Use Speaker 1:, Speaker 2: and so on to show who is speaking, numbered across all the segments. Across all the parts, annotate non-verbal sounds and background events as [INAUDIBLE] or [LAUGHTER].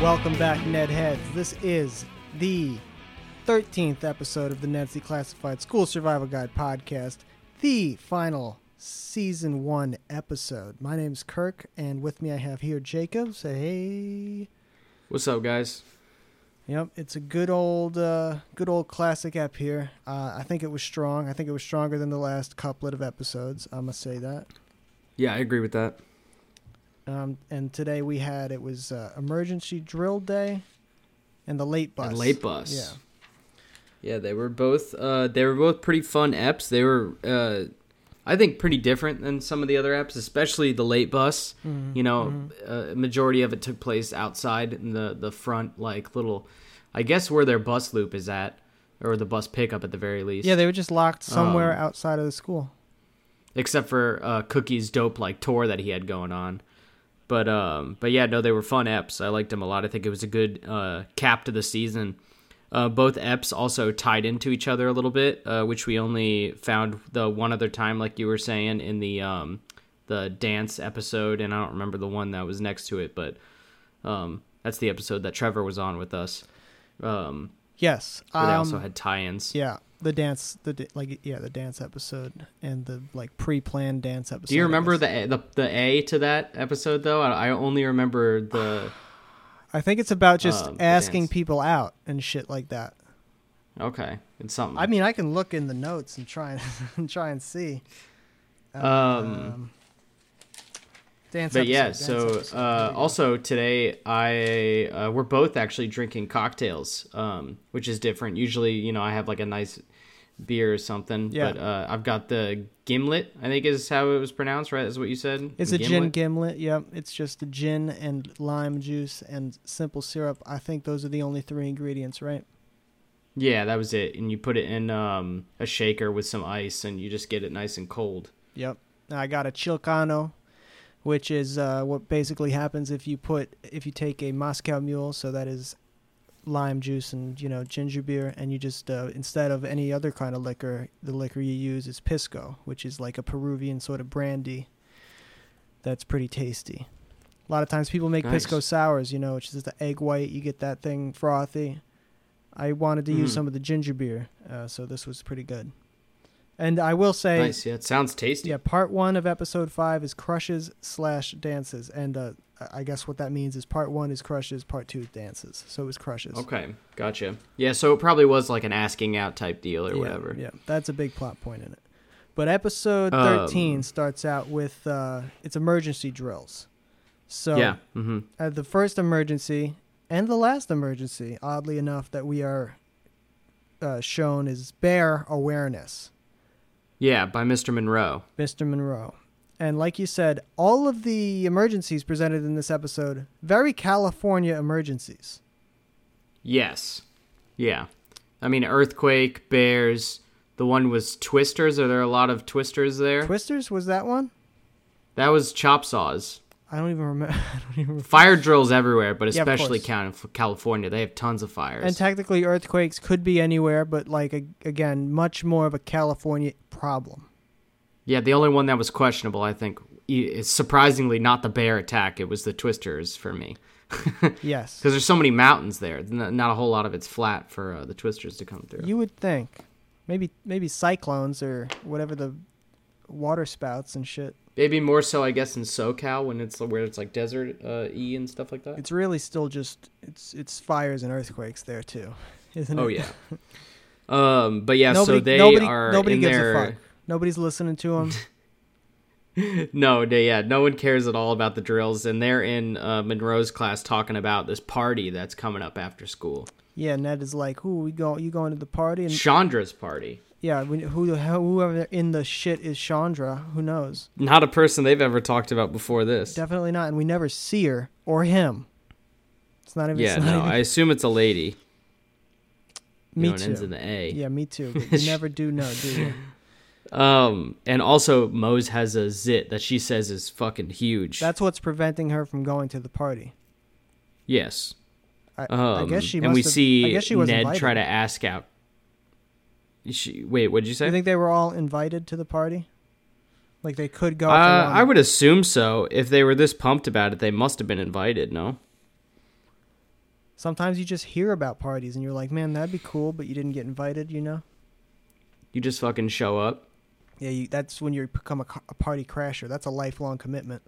Speaker 1: Welcome back, Ned Heads. This is the 13th episode of the Ned's Classified School Survival Guide podcast, the final season one episode. My name's Kirk, and with me I have here Jacob. Say hey.
Speaker 2: What's up, guys?
Speaker 1: Yep, it's a good old, uh, good old classic app here. Uh, I think it was strong. I think it was stronger than the last couplet of episodes. I must say that.
Speaker 2: Yeah, I agree with that.
Speaker 1: Um, and today we had it was uh, emergency drill day, and the late bus.
Speaker 2: And late bus.
Speaker 1: Yeah.
Speaker 2: Yeah, they were both uh, they were both pretty fun eps. They were uh, I think pretty different than some of the other eps, especially the late bus.
Speaker 1: Mm-hmm.
Speaker 2: You know, uh, majority of it took place outside in the the front like little I guess where their bus loop is at or the bus pickup at the very least.
Speaker 1: Yeah, they were just locked
Speaker 2: Um,
Speaker 1: somewhere outside of the school.
Speaker 2: except for uh, Cookie's dope like tour that he had going on. But um, but yeah, no, they were fun eps. I liked them a lot. I think it was a good uh, cap to the season. Uh, both eps also tied into each other a little bit, uh, which we only found the one other time, like you were saying in the um, the dance episode, and I don't remember the one that was next to it, but um, that's the episode that Trevor was on with us. Um,
Speaker 1: Yes.
Speaker 2: where they
Speaker 1: um,
Speaker 2: also had tie-ins.
Speaker 1: yeah, the dance, the da- like, yeah, the dance episode and the like pre-planned dance episode.
Speaker 2: Do you
Speaker 1: I
Speaker 2: remember
Speaker 1: guess.
Speaker 2: the, A- the the A to that episode though? I, I only remember the
Speaker 1: [SIGHS] I think it's about just
Speaker 2: um, the
Speaker 1: asking
Speaker 2: dance?
Speaker 1: people out and shit like that.
Speaker 2: Okay, it's something.
Speaker 1: I mean, I can look in the notes and try and, [LAUGHS] and try and see.
Speaker 2: um,
Speaker 1: Dance.
Speaker 2: but
Speaker 1: episode,
Speaker 2: yeah.
Speaker 1: dance
Speaker 2: So
Speaker 1: episode. There
Speaker 2: uh,
Speaker 1: you go.
Speaker 2: also today, I uh, we're both actually drinking cocktails, um, which is different. Usually, you know, I have like a nice beer or something.
Speaker 1: Yeah.
Speaker 2: But uh, I've got the gimlet. I think is how it was pronounced, right? Is what you said.
Speaker 1: It's
Speaker 2: The
Speaker 1: a gin gimlet. Yep. It's just a gin and lime juice and simple syrup. I think those are the only three ingredients, right?
Speaker 2: yeah, that was it. And you put it in um, a shaker with some ice, and you just get it nice and cold.
Speaker 1: Yep. I got a Chilcano, which is uh, what basically happens if you put if you take a Moscow Mule, so that is lime juice and you know ginger beer, and you just uh, instead of any other kind of liquor, the liquor you use is Pisco, which is like a Peruvian sort of brandy. That's pretty tasty. A lot of times people make
Speaker 2: Nice.
Speaker 1: Pisco sours, you know, which is the egg white. You get that thing frothy. I wanted to use
Speaker 2: Mhm.
Speaker 1: some of the ginger beer, uh, so this was pretty good. And I will say,
Speaker 2: Nice. Yeah, it sounds tasty.
Speaker 1: yeah, part one of episode five is crushes slash dances, and uh, I I guess what that means is part one is crushes, part two is dances. So it was crushes.
Speaker 2: Okay, gotcha. Yeah, so it probably was like an asking out type deal or
Speaker 1: Yeah,
Speaker 2: whatever.
Speaker 1: Yeah, that's a big plot point in it. But episode
Speaker 2: Um,
Speaker 1: thirteen starts out with uh, it's emergency drills. So
Speaker 2: yeah. hmm
Speaker 1: uh, the first emergency and the last emergency, oddly enough, that we are uh, shown is bear awareness.
Speaker 2: Yeah, by Mr. Monroe.
Speaker 1: Mr. Monroe. And like you said, all of the emergencies presented in this episode, very California emergencies.
Speaker 2: Yes. Yeah. I mean, earthquake, bears. The one was twisters. Are there a lot of twisters there?
Speaker 1: Twisters was that one?
Speaker 2: that was chop saws.
Speaker 1: I don't even remember. I don't even remember.
Speaker 2: Fire drills everywhere, but
Speaker 1: Yeah, of
Speaker 2: especially
Speaker 1: course.
Speaker 2: Cal- California. They have tons of fires.
Speaker 1: And technically, earthquakes could be anywhere, but like a, again, much more of a California problem.
Speaker 2: yeah, the only one that was questionable, I think, i- is surprisingly not the bear attack. It was the twisters for me. [LAUGHS]
Speaker 1: Yes,
Speaker 2: Because there's so many mountains there. N- not a whole lot of it's flat for uh, the twisters to come through.
Speaker 1: you would think. Maybe maybe cyclones or whatever the water spouts and shit.
Speaker 2: Maybe more so, I guess, in SoCal when it's where it's like desert uh, e and stuff like
Speaker 1: [LAUGHS]
Speaker 2: that.
Speaker 1: It's really still just it's it's fires and earthquakes there too, isn't it?
Speaker 2: oh yeah. um, but yeah,
Speaker 1: nobody
Speaker 2: so they
Speaker 1: nobody,
Speaker 2: are
Speaker 1: nobody
Speaker 2: in
Speaker 1: gives
Speaker 2: their
Speaker 1: a fuck. Nobody's listening to them.
Speaker 2: [LAUGHS] no, they, yeah, no one cares at all about the drills, and they're in uh, Monroe's class talking about this party that's coming up after school,
Speaker 1: Yeah, Ned is like, "Who we go? You going to the party?" And
Speaker 2: Chandra's party.
Speaker 1: yeah, we, who the hell- whoever in the shit is Chandra? Who knows?
Speaker 2: Not a person they've ever talked about before this.
Speaker 1: Definitely not. And we never see her or him. It's not even.
Speaker 2: yeah,
Speaker 1: it's not
Speaker 2: no,
Speaker 1: even-
Speaker 2: I assume it's a lady.
Speaker 1: [LAUGHS] me
Speaker 2: you know, it ends
Speaker 1: too.
Speaker 2: in the A.
Speaker 1: Yeah, me too. But
Speaker 2: [LAUGHS]
Speaker 1: you never do know, do you?
Speaker 2: Um, and also Mose has a zit that she says is fucking huge.
Speaker 1: That's what's preventing her from going to the party.
Speaker 2: yes.
Speaker 1: I, I
Speaker 2: Um,
Speaker 1: guess she. Must
Speaker 2: and we
Speaker 1: have,
Speaker 2: see
Speaker 1: I guess she was
Speaker 2: Ned
Speaker 1: invited.
Speaker 2: try to ask out. She, wait, what did you say?
Speaker 1: You think they were all invited to the party? Like they could go.
Speaker 2: uh,
Speaker 1: if they wanted.
Speaker 2: I would assume so. If they were this pumped about it, they must have been invited. No,
Speaker 1: Sometimes you just hear about parties and you're like, man, that'd be cool, but you didn't get invited, you know?
Speaker 2: You just fucking show up.
Speaker 1: Yeah, you, that's when you become a, ca- a party crasher. That's a lifelong commitment.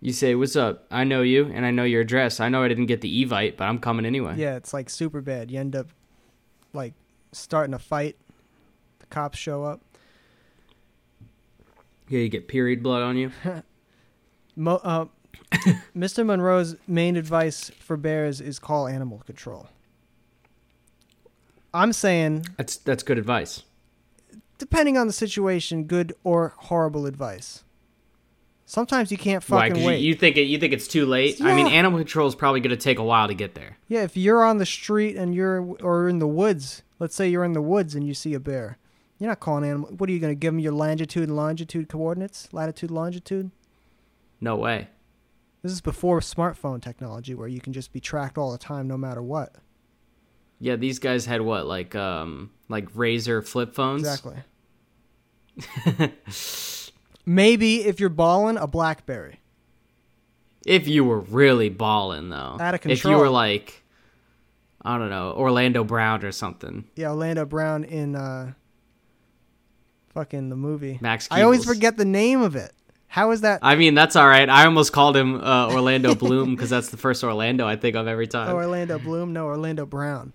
Speaker 2: You say, "What's up? I know you, and I know your address. I know I didn't get the evite, but I'm coming anyway."
Speaker 1: Yeah, it's like super bad. You end up like starting a fight. The cops show up.
Speaker 2: Yeah, you get period blood on you.
Speaker 1: Mo,
Speaker 2: [COUGHS]
Speaker 1: uh, Mr. Monroe's main advice for bears is call animal control. I'm saying,
Speaker 2: That's that's good advice.
Speaker 1: depending on the situation, good or horrible advice. Sometimes you can't
Speaker 2: Why?
Speaker 1: fucking
Speaker 2: 'Cause you,
Speaker 1: wait.
Speaker 2: you think it, you think it's too late? I mean,
Speaker 1: Yeah.
Speaker 2: animal control is probably going to take a while to get there.
Speaker 1: Yeah, if you're on the street and you're or in the woods, let's say you're in the woods and you see a bear, you're not calling animal. What are you going to give them your longitude and longitude coordinates, latitude, longitude?
Speaker 2: No way.
Speaker 1: This is before smartphone technology, where you can just be tracked all the time, no matter what.
Speaker 2: Yeah, these guys had what like um like razor flip phones. [LAUGHS]
Speaker 1: Exactly. Maybe if you're balling a BlackBerry.
Speaker 2: If you were really balling though,
Speaker 1: Out of
Speaker 2: If you were
Speaker 1: control.
Speaker 2: like, I don't know, Orlando Brown or something.
Speaker 1: Yeah, Orlando Brown in uh, fucking the movie.
Speaker 2: Max
Speaker 1: I always
Speaker 2: Keebles.
Speaker 1: forget the name of it. How is that?
Speaker 2: I mean, that's all right. I almost called him uh, Orlando [LAUGHS] Bloom because that's the first Orlando I think of every time.
Speaker 1: Oh, Orlando Bloom? No, Orlando Brown.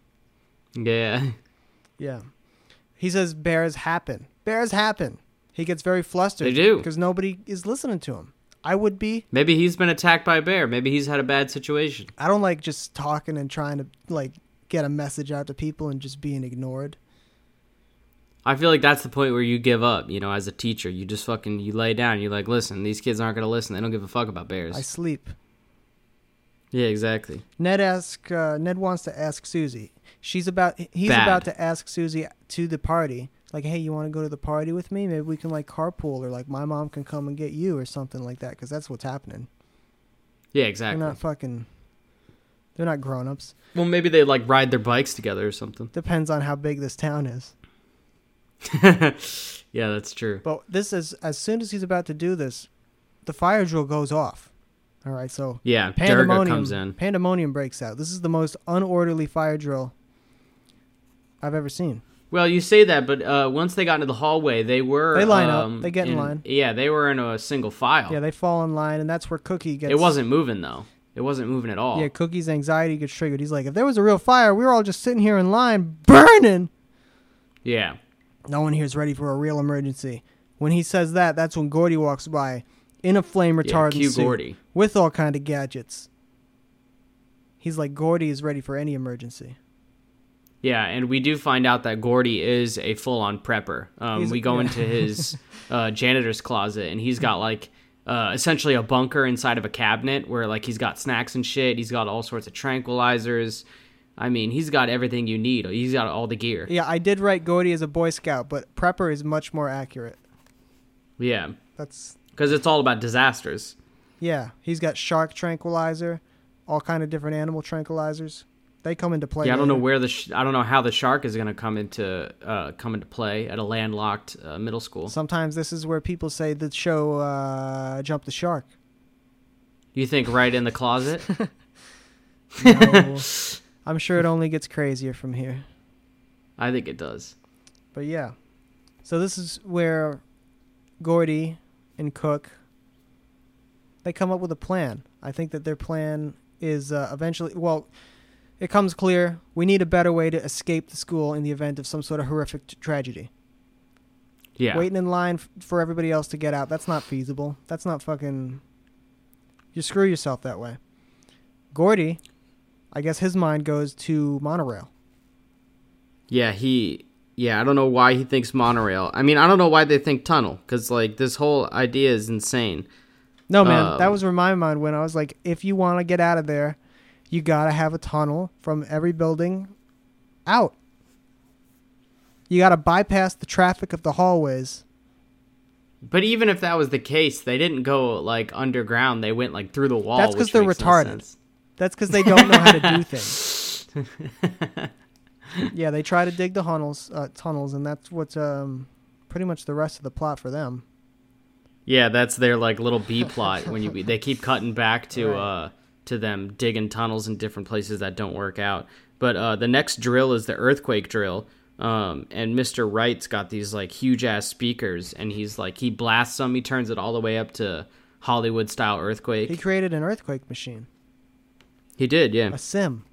Speaker 2: yeah.
Speaker 1: Yeah. He says bears happen. Bears happen. He gets very flustered.
Speaker 2: They do.
Speaker 1: Because nobody is listening to him. I would be.
Speaker 2: Maybe he's been attacked by a bear. Maybe he's had a bad situation.
Speaker 1: I don't like just talking and trying to like get a message out to people and just being ignored.
Speaker 2: I feel like that's the point where you give up, you know, as a teacher. You just fucking you lay down, you're like, listen, these kids aren't gonna listen. They don't give a fuck about bears.
Speaker 1: I sleep.
Speaker 2: yeah, exactly.
Speaker 1: Ned asks. Uh, Ned wants to ask Susie. She's about. He's
Speaker 2: Bad.
Speaker 1: about to ask Susie to the party. Like, hey, you want to go to the party with me? Maybe we can like carpool, or like my mom can come and get you, or something like that. Because that's what's happening.
Speaker 2: Yeah,
Speaker 1: They're
Speaker 2: exactly.
Speaker 1: not fucking. They're not grown ups.
Speaker 2: well, maybe they like ride their bikes together or something. [LAUGHS]
Speaker 1: Depends on how big this town is.
Speaker 2: yeah, that's true.
Speaker 1: But this is as soon as he's about to do this, the fire drill goes off. All right, so
Speaker 2: Yeah, Durga
Speaker 1: pandemonium
Speaker 2: comes in.
Speaker 1: Pandemonium breaks out. This is the most unorderly fire drill I've ever seen.
Speaker 2: Well, you say that, but uh, once they got into the hallway, they were
Speaker 1: They line up.
Speaker 2: um,
Speaker 1: They get in line.
Speaker 2: Yeah, they were in a single file.
Speaker 1: Yeah, they fall in line, and that's where Cookie gets.
Speaker 2: Oh. it wasn't moving though. It wasn't moving at all.
Speaker 1: Yeah, Cookie's anxiety gets triggered. He's like, if there was a real fire, we were all just sitting here in line burning.
Speaker 2: Yeah.
Speaker 1: No one here's ready for a real emergency. When he says that, that's when Gordy walks by in a flame
Speaker 2: Yeah,
Speaker 1: retardant
Speaker 2: Q
Speaker 1: suit
Speaker 2: Gordy.
Speaker 1: with all kind of gadgets. He's like, Gordy is ready for any emergency.
Speaker 2: Yeah, and we do find out that Gordy is a full-on prepper. Um,
Speaker 1: He's-
Speaker 2: we go
Speaker 1: yeah. [LAUGHS]
Speaker 2: into his uh, janitor's closet, and he's got like uh, essentially a bunker inside of a cabinet where like he's got snacks and shit. He's got all sorts of tranquilizers. I mean, he's got everything you need. He's got all the gear.
Speaker 1: Yeah, I did write Gordy as a Boy Scout, but Prepper is much more accurate.
Speaker 2: Yeah,
Speaker 1: That's
Speaker 2: because it's all about disasters.
Speaker 1: yeah. He's got shark tranquilizer, all kind of different animal tranquilizers. They come into play.
Speaker 2: Yeah, I don't
Speaker 1: later.
Speaker 2: know where the sh- I don't know how the shark is gonna come into uh, come into play at a landlocked uh, middle school.
Speaker 1: Sometimes this is where people say the show uh, jumped the
Speaker 2: [LAUGHS]
Speaker 1: shark.
Speaker 2: You think right in the closet?
Speaker 1: [LAUGHS] No. I'm sure it only gets crazier from here.
Speaker 2: I think it does.
Speaker 1: But yeah. So this is where Gordy and Cook they come up with a plan. I think that their plan is uh, eventually well it comes clear we need a better way to escape the school in the event of some sort of horrific t- tragedy.
Speaker 2: Yeah.
Speaker 1: Waiting in line f- for everybody else to get out, that's not feasible. That's not fucking you screw yourself that way. Gordy, I guess his mind goes to monorail.
Speaker 2: Yeah, he. Yeah, I don't know why he thinks monorail. I mean, I don't know why they think tunnel because like this whole idea is insane.
Speaker 1: No, man, that
Speaker 2: Um,
Speaker 1: was where my mind went. I was like, if you want to get out of there, you gotta have a tunnel from every building out. You gotta bypass the traffic of the hallways.
Speaker 2: But even if that was the case, they didn't go like underground. They went like through the wall.
Speaker 1: That's 'cause
Speaker 2: which
Speaker 1: they're
Speaker 2: makes no
Speaker 1: retarded.
Speaker 2: sense.
Speaker 1: That's because they don't know how to
Speaker 2: [LAUGHS]
Speaker 1: do things. yeah, they try to dig the tunnels, uh, tunnels, and that's what's um, pretty much the rest of the plot for them.
Speaker 2: Yeah, that's their like little B plot when you they keep cutting back to
Speaker 1: Right.
Speaker 2: uh to them digging tunnels in different places that don't work out. But uh, the next drill is the earthquake drill. Um, and Mr. Wright's got these like huge ass speakers, and he's like, he blasts them, he turns it all the way up to Hollywood style earthquake.
Speaker 1: He created an earthquake machine,
Speaker 2: He did, yeah.
Speaker 1: a sim.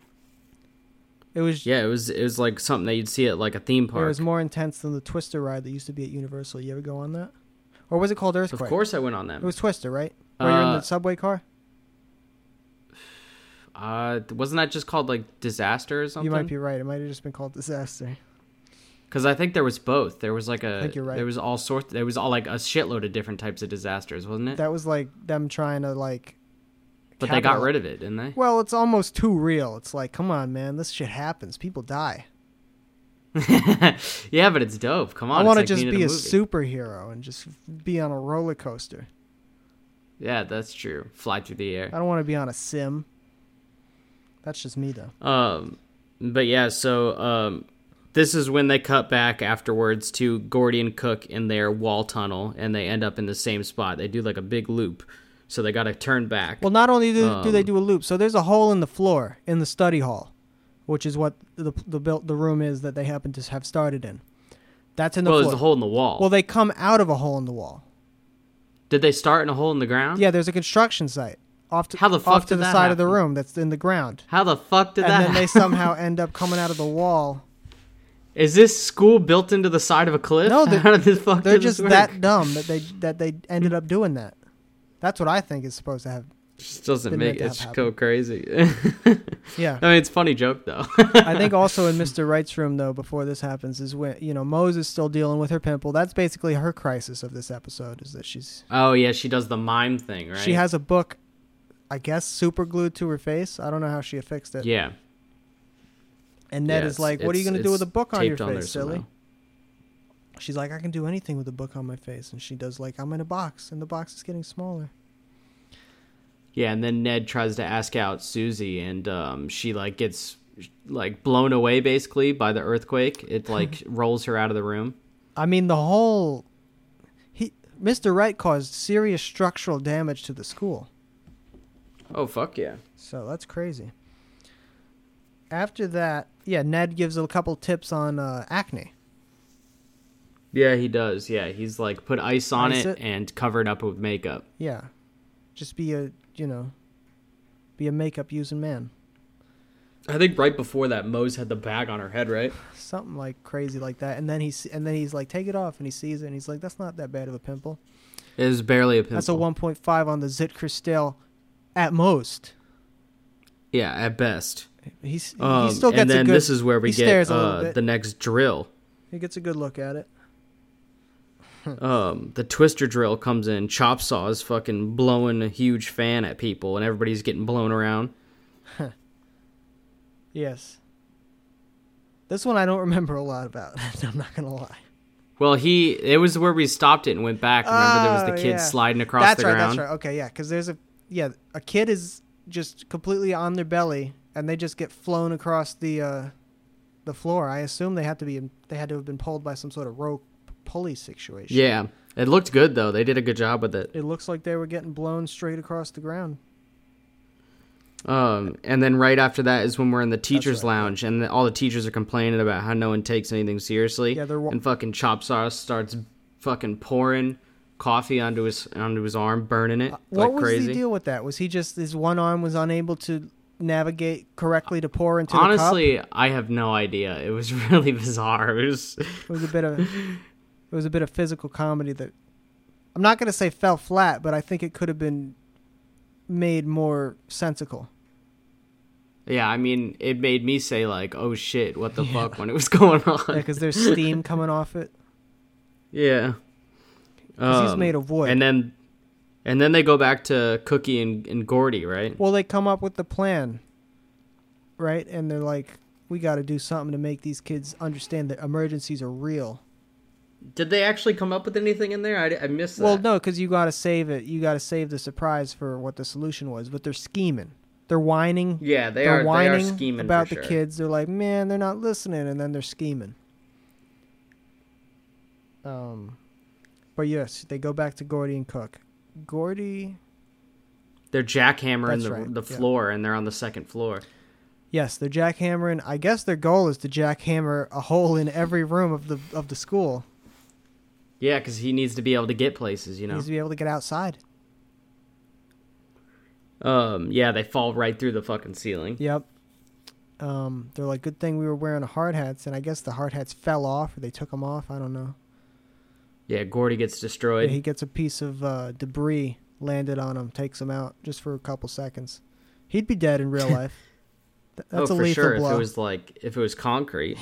Speaker 1: It was
Speaker 2: Yeah, it was it was like something that you'd see at like a theme
Speaker 1: it
Speaker 2: park.
Speaker 1: was more intense than the Twister ride that used to be at Universal. You ever go on that? Or was it called
Speaker 2: of
Speaker 1: Earthquake?
Speaker 2: course, I went on that.
Speaker 1: It was Twister, right? Where you're in
Speaker 2: Uh,
Speaker 1: the subway car?
Speaker 2: uh, wasn't that just called like disaster or something?
Speaker 1: You might be right. It might have just been called
Speaker 2: [LAUGHS]
Speaker 1: Disaster.
Speaker 2: Because I think there was both. There was like a.
Speaker 1: think you're right.
Speaker 2: There was all sorts. There was all like a shitload of different types of disasters, wasn't it?
Speaker 1: That was like them trying to like
Speaker 2: but they got
Speaker 1: capital-
Speaker 2: rid of it, didn't they? [LAUGHS]
Speaker 1: Well, it's almost too real. It's like, come on, man, this shit happens. People die.
Speaker 2: yeah, but it's dope. Come on,
Speaker 1: I
Speaker 2: it's
Speaker 1: want to
Speaker 2: like
Speaker 1: just
Speaker 2: being in
Speaker 1: be a,
Speaker 2: movie.
Speaker 1: superhero and just be on a roller coaster.
Speaker 2: Yeah, that's true. Fly through the air.
Speaker 1: I don't want to be on a sim. That's just me though.
Speaker 2: Um, but yeah, so um, this is when they cut back afterwards to Gordy and Cook in their wall tunnel, and they end up in the same spot. They do like a big loop, so they got to turn back.
Speaker 1: Well, not only do, do they
Speaker 2: Um,
Speaker 1: do a loop, so there's a hole in the floor in the study hall, which is what the the built the room is that they happen to have started in. That's in the
Speaker 2: well,
Speaker 1: floor.
Speaker 2: there's a hole in the wall.
Speaker 1: Well, they come out of a hole in the wall.
Speaker 2: Did they start in a hole in the ground?
Speaker 1: Yeah, there's a construction site off to
Speaker 2: How the fuck
Speaker 1: off to
Speaker 2: did
Speaker 1: the
Speaker 2: that
Speaker 1: side of the
Speaker 2: happen?
Speaker 1: room that's in the ground,
Speaker 2: How the fuck did
Speaker 1: and
Speaker 2: that?
Speaker 1: then they
Speaker 2: happen? [LAUGHS]
Speaker 1: somehow end up coming out of the wall
Speaker 2: Is this school built into the side of a cliff?
Speaker 1: No, they're-
Speaker 2: [LAUGHS] How did the fuck
Speaker 1: They're
Speaker 2: did this
Speaker 1: just
Speaker 2: work? Mm.
Speaker 1: that dumb that they that they ended up doing that. That's what I think is supposed to happen.
Speaker 2: Just doesn't
Speaker 1: been
Speaker 2: make
Speaker 1: meant to
Speaker 2: it's
Speaker 1: have
Speaker 2: just go crazy. [LAUGHS] I mean,
Speaker 1: Yeah,
Speaker 2: [LAUGHS] it's a funny joke though.
Speaker 1: I think also in Mr. Wright's room though, before this happens, is when you know Mose is still dealing with her pimple. That's basically her crisis of this episode is that she's
Speaker 2: [LAUGHS] oh yeah, she does the mime thing, right?
Speaker 1: she has a book, I guess, super glued to her face. I don't know how she affixed it.
Speaker 2: yeah.
Speaker 1: And Ned
Speaker 2: yeah,
Speaker 1: is like, "What are you
Speaker 2: it's-
Speaker 1: going to do with a
Speaker 2: it's
Speaker 1: book on your
Speaker 2: taped there
Speaker 1: face, silly?"
Speaker 2: somehow.
Speaker 1: She's like, "I can do anything with a book on my face," and she does like, "I'm in a box, and the box is getting smaller."
Speaker 2: Yeah, and then Ned tries to ask out Susie, and um, she like gets like blown away basically by the earthquake.
Speaker 1: [LAUGHS]
Speaker 2: It like rolls her out of the room.
Speaker 1: I mean, the whole he Mr. Wright caused serious structural damage to the school.
Speaker 2: Oh fuck yeah!
Speaker 1: So that's crazy. After that, yeah, Ned gives a couple tips on uh, acne.
Speaker 2: Yeah, he does. Yeah, he's like put ice on
Speaker 1: Ice it?
Speaker 2: it, and covered up with makeup.
Speaker 1: Yeah. Just be a, you know, be a makeup using man. [LAUGHS]
Speaker 2: I think right before that, Mose had the bag on her head, right?
Speaker 1: Something like crazy like that. And then he's and then he's like take it off and he sees it and he's like that's not that bad of a pimple.
Speaker 2: It was barely a pimple.
Speaker 1: That's a 1.5 on the Zit Cristal at most.
Speaker 2: Yeah, at best.
Speaker 1: He's
Speaker 2: Um,
Speaker 1: he still gets
Speaker 2: and then
Speaker 1: a good
Speaker 2: this is where we
Speaker 1: he stares
Speaker 2: get
Speaker 1: a little
Speaker 2: uh,
Speaker 1: bit.
Speaker 2: the next drill.
Speaker 1: he gets a good look at it. Hmm.
Speaker 2: Um, the twister drill comes in. Chop saw is fucking blowing a huge fan at people, and everybody's getting blown around.
Speaker 1: Yes. This one I don't remember a lot about. [LAUGHS] I'm not gonna lie.
Speaker 2: Well, he it was where we stopped it and went back. Remember, there was
Speaker 1: Oh,
Speaker 2: the kid
Speaker 1: yeah.
Speaker 2: sliding across
Speaker 1: that's
Speaker 2: the
Speaker 1: right.
Speaker 2: ground.
Speaker 1: That's right. Okay, yeah, because there's a yeah a kid is just completely on their belly and they just get flown across the uh, the floor. I assume they had to be they had to have been pulled by some sort of rope pulley situation.
Speaker 2: Yeah, it looked good though. They did a good job with it.
Speaker 1: It looks like they were getting blown straight across the ground.
Speaker 2: Um, and then right after that is when we're in the teachers'
Speaker 1: right.
Speaker 2: lounge, and all the teachers are complaining about how no one takes anything seriously.
Speaker 1: Yeah, they're wa-
Speaker 2: and fucking chop saw starts fucking pouring coffee onto his onto his arm, burning it
Speaker 1: Uh, What
Speaker 2: like
Speaker 1: was
Speaker 2: crazy.
Speaker 1: the deal with that? Was he just his one arm was unable to navigate correctly to pour into the cup?
Speaker 2: Honestly, I have no idea. It was [LAUGHS] really bizarre. It was
Speaker 1: It was a bit of it was a bit of physical comedy that I'm not gonna say fell flat, but I think it could have been made more
Speaker 2: [LAUGHS]
Speaker 1: sensical.
Speaker 2: yeah, I mean, it made me say like, "Oh shit, what the fuck?" when it was [LAUGHS] going
Speaker 1: [LAUGHS] Yeah,
Speaker 2: on.
Speaker 1: because there's steam coming off it.
Speaker 2: Yeah.
Speaker 1: 'Cause he's
Speaker 2: Um,
Speaker 1: made of wood.
Speaker 2: And then and then they go back to Cookie and, and Gordy, right?
Speaker 1: Well, they come up with the plan, right? And they're like, "We got to do something to make these kids understand that emergencies are real."
Speaker 2: Did they actually come up with anything in there? I, I missed that.
Speaker 1: Well, no, because you got to save it. You got to save the surprise for what the solution was. But they're scheming. They're whining.
Speaker 2: Yeah, they
Speaker 1: they're
Speaker 2: are
Speaker 1: whining
Speaker 2: they are scheming
Speaker 1: about
Speaker 2: for
Speaker 1: the
Speaker 2: sure.
Speaker 1: kids. They're like, "Man, they're not listening," and then they're scheming. Um, but yes, they go back to Gordy and Cook. Gordy
Speaker 2: They're jackhammering
Speaker 1: That's
Speaker 2: the,
Speaker 1: right,
Speaker 2: the
Speaker 1: yeah.
Speaker 2: floor, and they're on the second floor.
Speaker 1: Yes, they're jackhammering. I guess their goal is to jackhammer a hole in every room of the of the school.
Speaker 2: Yeah, because he needs to be able to get places, you know.
Speaker 1: Needs to be able to get outside.
Speaker 2: Um, yeah, they fall right through the fucking ceiling.
Speaker 1: Yep. Um, they're like, good thing we were wearing hard hats, and I guess the hard hats fell off or they took them off. I don't know.
Speaker 2: Yeah, Gordy gets
Speaker 1: Yeah,
Speaker 2: destroyed.
Speaker 1: he gets a piece of uh, debris landed on him, takes him out just for a couple seconds. He'd be dead
Speaker 2: [LAUGHS]
Speaker 1: in real life. Th- That's
Speaker 2: oh,
Speaker 1: a
Speaker 2: for
Speaker 1: lethal
Speaker 2: sure.
Speaker 1: blow.
Speaker 2: If it was like if it was concrete.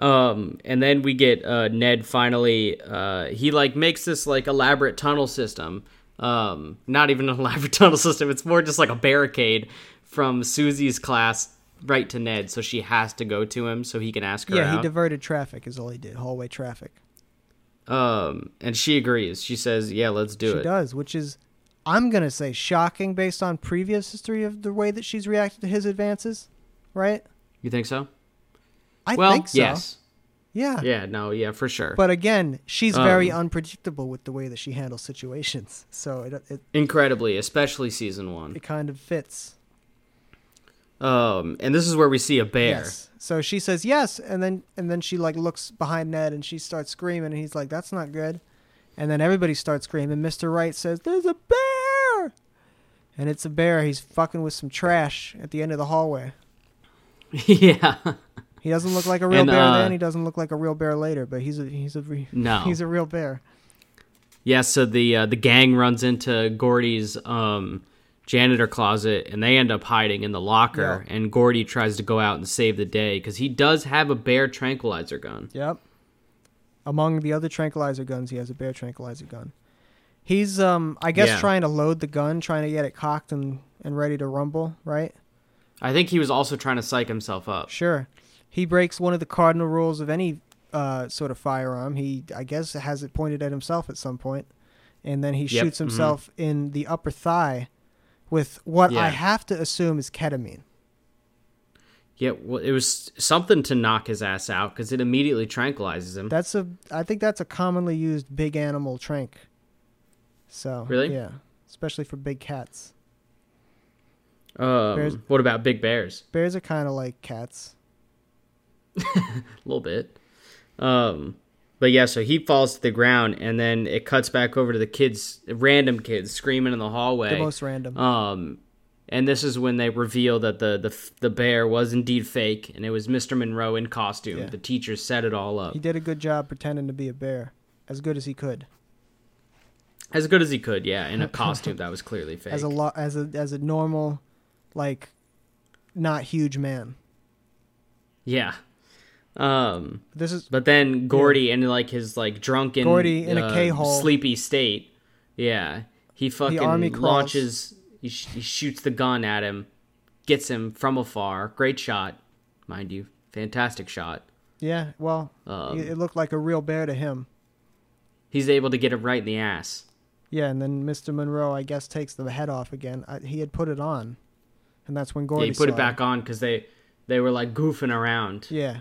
Speaker 2: um, and then we get uh, Ned finally. Uh, he like makes this like elaborate tunnel system. Um, not even an [LAUGHS] elaborate tunnel system. It's more just like a barricade from Susie's class right to Ned, so she has to go to him so he can ask her
Speaker 1: yeah,
Speaker 2: out.
Speaker 1: he diverted traffic is all he did. Hallway traffic.
Speaker 2: um, and she agrees. She says, "Yeah, let's do
Speaker 1: she
Speaker 2: it."
Speaker 1: does, which is, I'm gonna say, shocking based on previous history of the way that she's reacted to his advances, right?
Speaker 2: You think so?
Speaker 1: I
Speaker 2: well,
Speaker 1: think so.
Speaker 2: yes.
Speaker 1: Yeah.
Speaker 2: Yeah, no, yeah, for sure.
Speaker 1: But again, she's very
Speaker 2: Um,
Speaker 1: unpredictable with the way that she handles situations, so it it,
Speaker 2: Incredibly, especially season one.
Speaker 1: it kind of fits.
Speaker 2: Um, and this is where we see a bear.
Speaker 1: Yes. So she says yes, and then and then she like looks behind Ned and she starts screaming, and he's like, "That's not good." And then everybody starts screaming. Mister Wright says, "There's a bear," and it's a bear. He's fucking with some trash at the end of the hallway.
Speaker 2: [LAUGHS] yeah.
Speaker 1: He doesn't look like a real
Speaker 2: And,
Speaker 1: bear
Speaker 2: uh,
Speaker 1: then. He doesn't look like a real bear later. But he's a he's a re-
Speaker 2: No.
Speaker 1: [LAUGHS] he's a real bear.
Speaker 2: Yeah, so the uh, the gang runs into Gordy's um, janitor closet and they end up hiding in the locker and Gordy tries to go out and save the day cuz he does have a bear tranquilizer gun.
Speaker 1: Yep. Among the other tranquilizer guns, he has a bear tranquilizer gun. He's um I guess
Speaker 2: Yeah.
Speaker 1: trying to load the gun, trying to get it cocked and and ready to rumble, right?
Speaker 2: I think he was also trying to psych himself up.
Speaker 1: Sure. He breaks one of the cardinal rules of any uh, sort of firearm. He, I guess, has it pointed at himself at some point, and then he
Speaker 2: Yep,
Speaker 1: shoots
Speaker 2: mhm.
Speaker 1: himself in the upper thigh with what I
Speaker 2: Yeah. Mm-hmm.
Speaker 1: have to assume is ketamine.
Speaker 2: Yeah, well, it was something to knock his ass out cuz it immediately tranquilizes him.
Speaker 1: That's a, I think that's a commonly used big animal trank. So
Speaker 2: Really?
Speaker 1: yeah, especially for big cats. Bears-
Speaker 2: Um, what about big bears?
Speaker 1: Bears are kind of like cats.
Speaker 2: a little bit. Um, but yeah, so he falls to the ground, and then it cuts back over to the kids, random kids screaming in the hallway.
Speaker 1: The most random.
Speaker 2: um, and this is when they reveal that the the f- the bear was indeed fake, and it was Mr. Monroe in costume.
Speaker 1: Yeah.
Speaker 2: The teacher set it all up
Speaker 1: he did a good job pretending to be a bear, as good as he could,
Speaker 2: as good as he could. Yeah,
Speaker 1: [LAUGHS]
Speaker 2: in a costume that was clearly fake.
Speaker 1: as a lo- as a as a normal, like, not huge man.
Speaker 2: yeah. Um,
Speaker 1: This is
Speaker 2: but then Gordy in like his like drunken
Speaker 1: Gordy in a
Speaker 2: uh,
Speaker 1: K-hole.
Speaker 2: sleepy state. Yeah, he fucking
Speaker 1: army crawls.
Speaker 2: launches. He, sh- he shoots the gun at him, gets him from afar. Great shot, mind you, fantastic shot.
Speaker 1: yeah. Well,
Speaker 2: Um,
Speaker 1: it it looked like a real bear to him.
Speaker 2: He's able to get him right in the ass.
Speaker 1: Yeah, and then Mr. Monroe, I guess, takes the head off again. I, he had put it on, and that's when
Speaker 2: Yeah,
Speaker 1: Gordy
Speaker 2: he put
Speaker 1: saw
Speaker 2: it back on because they they were like goofing around.
Speaker 1: Yeah,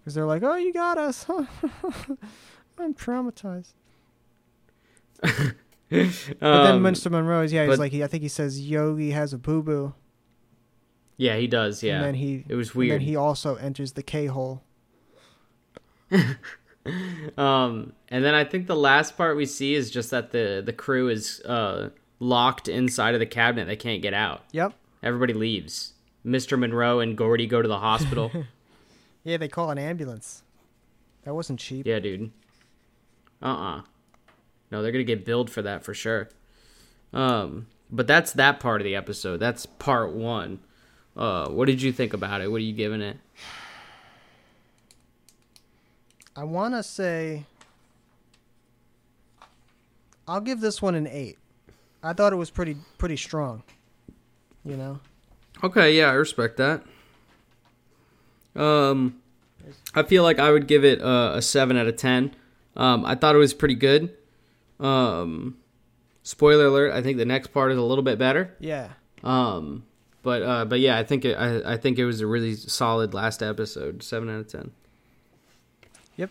Speaker 1: because they're like, "Oh, you got us." [LAUGHS] I'm traumatized. But
Speaker 2: Um,
Speaker 1: then Mr. Monroe's yeah, he's
Speaker 2: but-
Speaker 1: like, he, I think he says Yogi has a boo boo,
Speaker 2: yeah, he does. Yeah,
Speaker 1: and then he
Speaker 2: it was
Speaker 1: And
Speaker 2: weird.
Speaker 1: then he also enters the K hole.
Speaker 2: Um, and then I think the last part we see is just that the the crew is uh locked inside of the cabinet. They can't get out.
Speaker 1: Yep.
Speaker 2: Everybody leaves. Mr. Monroe and Gordy go to
Speaker 1: [LAUGHS]
Speaker 2: the hospital.
Speaker 1: Yeah, they call an ambulance. That wasn't cheap.
Speaker 2: yeah, dude. Uh uh No, they're gonna get billed for that for sure. Um, but that's that part of the episode. That's part one. Uh, what did you think about it? What are you giving it?
Speaker 1: I want to say I'll give this one an 8. I thought it was pretty pretty strong. You know.
Speaker 2: Okay, yeah, I respect that. Um, I feel like I would give it a, a seven out of ten. Um, I thought it was pretty good. Um, spoiler alert: I think the next part is a little bit better.
Speaker 1: Yeah.
Speaker 2: Um, but uh, but yeah, I think it, I I think it was a really solid last episode. Seven out of ten.
Speaker 1: Yep.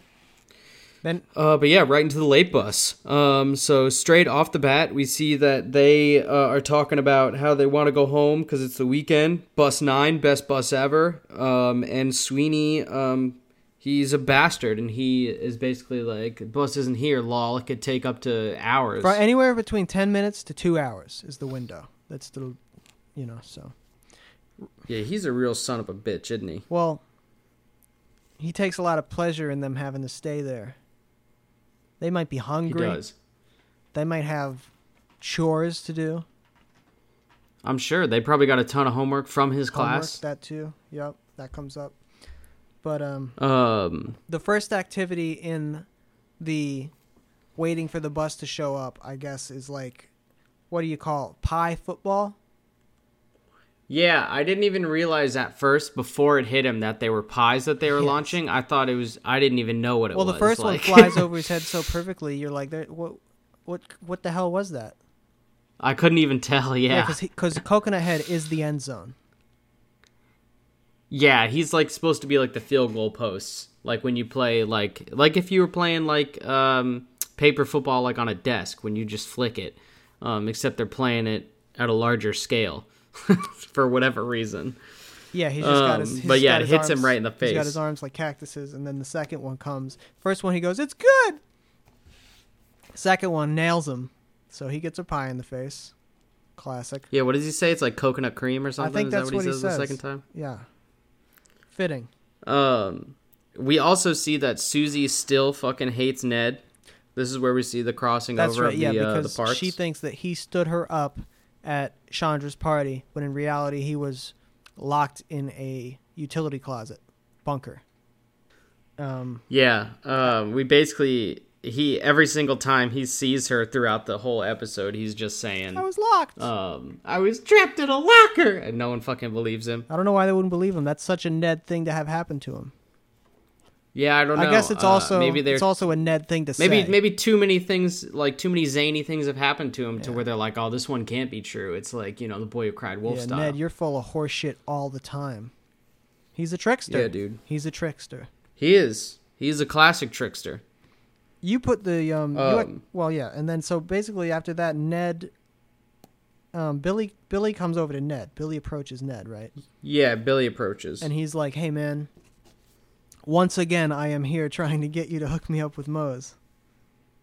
Speaker 1: Then
Speaker 2: Uh, but yeah, right into the late bus. Um, so straight off the bat, we see that they uh, are talking about how they want to go home because it's the weekend. Bus nine, best bus ever. Um, and Sweeney, um, he's a bastard, and he is basically like, "Bus isn't here, lol. It could take up to hours."
Speaker 1: for anywhere between 10 minutes to two hours is the window. That's the, you know, so.
Speaker 2: Yeah, he's a real son of a bitch, isn't he?
Speaker 1: Well, he takes a lot of pleasure in them having to stay there. They might be
Speaker 2: He
Speaker 1: hungry.
Speaker 2: does.
Speaker 1: They might have chores to do.
Speaker 2: I'm sure they probably got a ton of homework from his class.
Speaker 1: Homework, that too. Yep, that comes up. But um,
Speaker 2: um,
Speaker 1: the first activity in the waiting for the bus to show up, I guess, is like, what do you call it? Pie football?
Speaker 2: Yeah, I didn't even realize at first before it hit him that they were pies that they were
Speaker 1: Yes.
Speaker 2: launching. I thought it was I didn't even know what it
Speaker 1: Well,
Speaker 2: was.
Speaker 1: the first
Speaker 2: like- [LAUGHS]
Speaker 1: one flies over his head so perfectly, you're like, "There- what, what, what the hell was that?
Speaker 2: I couldn't even tell. Yeah. Yeah,
Speaker 1: because Coconut Head is the end zone.
Speaker 2: he's like supposed to be like the field goal posts. Like when you play like like if you were playing like um paper football like on a desk when you just flick it. Um except they're playing it at a larger scale [LAUGHS] for whatever reason.
Speaker 1: Yeah, he's just got his.
Speaker 2: Um,
Speaker 1: He's
Speaker 2: but yeah,
Speaker 1: got
Speaker 2: it
Speaker 1: his
Speaker 2: hits him
Speaker 1: arms-
Speaker 2: right in the
Speaker 1: He's got
Speaker 2: face.
Speaker 1: his arms like cactuses, and then the second one comes. First one, he goes, "It's good." Second one nails him, so he gets a pie in the face. Classic.
Speaker 2: Yeah, what does he say? It's like coconut cream or something.
Speaker 1: think
Speaker 2: Is
Speaker 1: that's
Speaker 2: that
Speaker 1: what
Speaker 2: what he
Speaker 1: he
Speaker 2: says,
Speaker 1: says.
Speaker 2: the second time?
Speaker 1: Yeah. Fitting.
Speaker 2: Um, we also see that Susie still fucking hates Ned. This is where we see the crossing
Speaker 1: That's
Speaker 2: over
Speaker 1: right.
Speaker 2: of
Speaker 1: Yeah,
Speaker 2: the, uh, the
Speaker 1: because
Speaker 2: parks.
Speaker 1: she thinks that he stood her up at Chandra's party, when in reality he was locked in a utility closet bunker. Um.
Speaker 2: yeah, um, we basically he every single time he sees her throughout the whole episode, he's just saying,
Speaker 1: I was locked.
Speaker 2: um, "I was trapped in a locker," and no one fucking believes him.
Speaker 1: I don't know why they wouldn't believe him. That's such a Ned thing to have happen to him.
Speaker 2: Yeah, I don't know.
Speaker 1: I guess it's
Speaker 2: Uh,
Speaker 1: also
Speaker 2: maybe they're
Speaker 1: it's also a Ned thing to
Speaker 2: maybe
Speaker 1: say.
Speaker 2: maybe too many things like too many zany things have happened to him to where they're like, "Oh, this one can't be true." It's like you know the boy who cried wolf
Speaker 1: yeah,
Speaker 2: style.
Speaker 1: Ned, you're full of horseshit all the time. He's a trickster.
Speaker 2: Yeah, dude.
Speaker 1: He's a trickster.
Speaker 2: he is. He's a classic trickster.
Speaker 1: You put the um, you-
Speaker 2: Um.
Speaker 1: well, yeah, and then so basically after that, Ned, um, Billy Billy comes over to Ned. Billy approaches Ned, right?
Speaker 2: Yeah, Billy approaches.
Speaker 1: And he's like, "Hey, man. Once again, I am here trying to get you to hook me up with Moe's.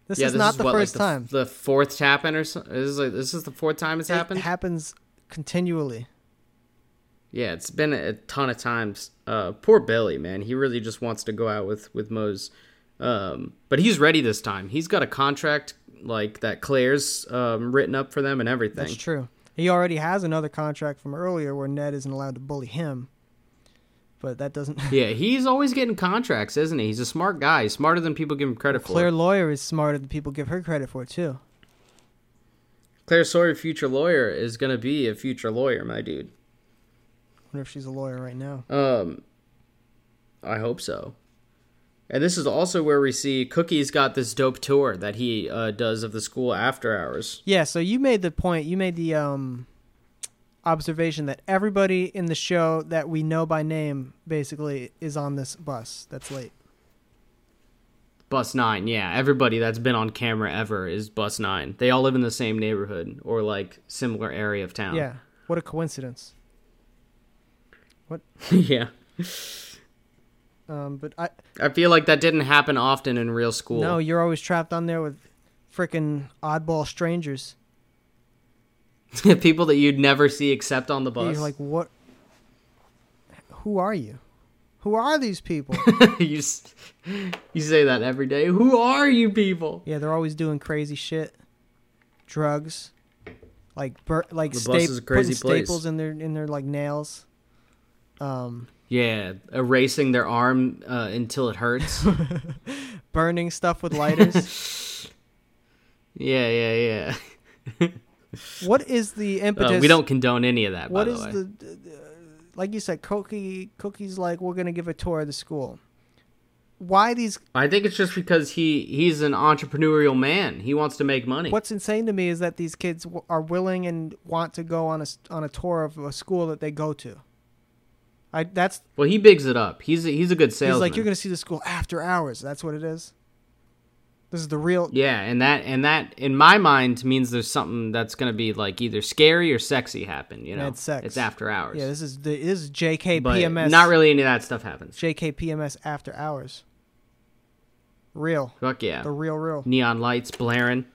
Speaker 1: This is not the
Speaker 2: what, like,
Speaker 1: first
Speaker 2: f-
Speaker 1: time.
Speaker 2: The fourth happen or something. This is like this is the fourth time it's happened.
Speaker 1: It happens continually.
Speaker 2: yeah, it's been a ton of times. Uh, poor Billy, man. He really just wants to go out with with Mose, um, but he's ready this time. He's got a contract like that Claire's um, written up for them and everything.
Speaker 1: That's true. He already has another contract from earlier where Ned isn't allowed to bully him. But that doesn't.
Speaker 2: yeah, he's always getting contracts, isn't he? He's a smart guy, smarter than people give him credit
Speaker 1: [LAUGHS] Claire
Speaker 2: for.
Speaker 1: Lawyer is smarter than people give her credit for, too.
Speaker 2: Claire Sawyer, future lawyer, is gonna be a future lawyer, my dude.
Speaker 1: wonder if she's a lawyer right now.
Speaker 2: Um, I hope so. And this is also where we see Cookie's got this dope tour that he uh, does of the school after hours.
Speaker 1: Yeah, so you made the point, you made the um, observation that everybody in the show that we know by name basically is on this bus that's late.
Speaker 2: Bus nine, yeah. Everybody that's been on camera ever is bus nine. They all live in the same neighborhood or like similar area of town.
Speaker 1: Yeah. What a coincidence.
Speaker 2: [LAUGHS] yeah.
Speaker 1: Um, but I.
Speaker 2: I feel like that didn't happen often in real school.
Speaker 1: No, you're always trapped on there with freaking oddball strangers.
Speaker 2: [LAUGHS] People that you'd never see except on the
Speaker 1: And
Speaker 2: bus.
Speaker 1: You're
Speaker 2: [LAUGHS]
Speaker 1: like, what? Who are you? Who are these
Speaker 2: [LAUGHS]
Speaker 1: people?
Speaker 2: you, s- you say that every day. Who are you people?
Speaker 1: yeah, they're always doing crazy shit, drugs, like bur- like
Speaker 2: The bus
Speaker 1: sta-
Speaker 2: is a crazy
Speaker 1: putting
Speaker 2: place.
Speaker 1: staples in their in their like nails. Um,
Speaker 2: Yeah, erasing their arm uh, until it hurts.
Speaker 1: burning stuff with
Speaker 2: [LAUGHS]
Speaker 1: lighters.
Speaker 2: Yeah, yeah, yeah.
Speaker 1: what is the
Speaker 2: Uh,
Speaker 1: impetus?
Speaker 2: we don't condone any of that,
Speaker 1: What
Speaker 2: by
Speaker 1: is
Speaker 2: the way.
Speaker 1: the, uh, like you said, Cookie Cookie's like we're gonna give a tour of the school. Why these
Speaker 2: I think it's just because he he's an entrepreneurial man. He wants to make money.
Speaker 1: What's insane to me is that these kids w- are willing and want to go on a s- on a tour of a school that they go to. I that's
Speaker 2: Well, he bigs it up. He's a, he's a good
Speaker 1: he's
Speaker 2: salesman.
Speaker 1: like you're gonna see the school after hours. That's what it is. This is the real.
Speaker 2: Yeah, and that and that in my mind means there's something that's gonna be like either scary or sexy happen. You know,
Speaker 1: it's sex.
Speaker 2: It's after hours.
Speaker 1: Yeah, this is the this is JK
Speaker 2: but
Speaker 1: PMS.
Speaker 2: not really any of that stuff happens.
Speaker 1: JK PMS after hours. Real,
Speaker 2: Fuck yeah, Mm.
Speaker 1: the real, real.
Speaker 2: neon lights blaring.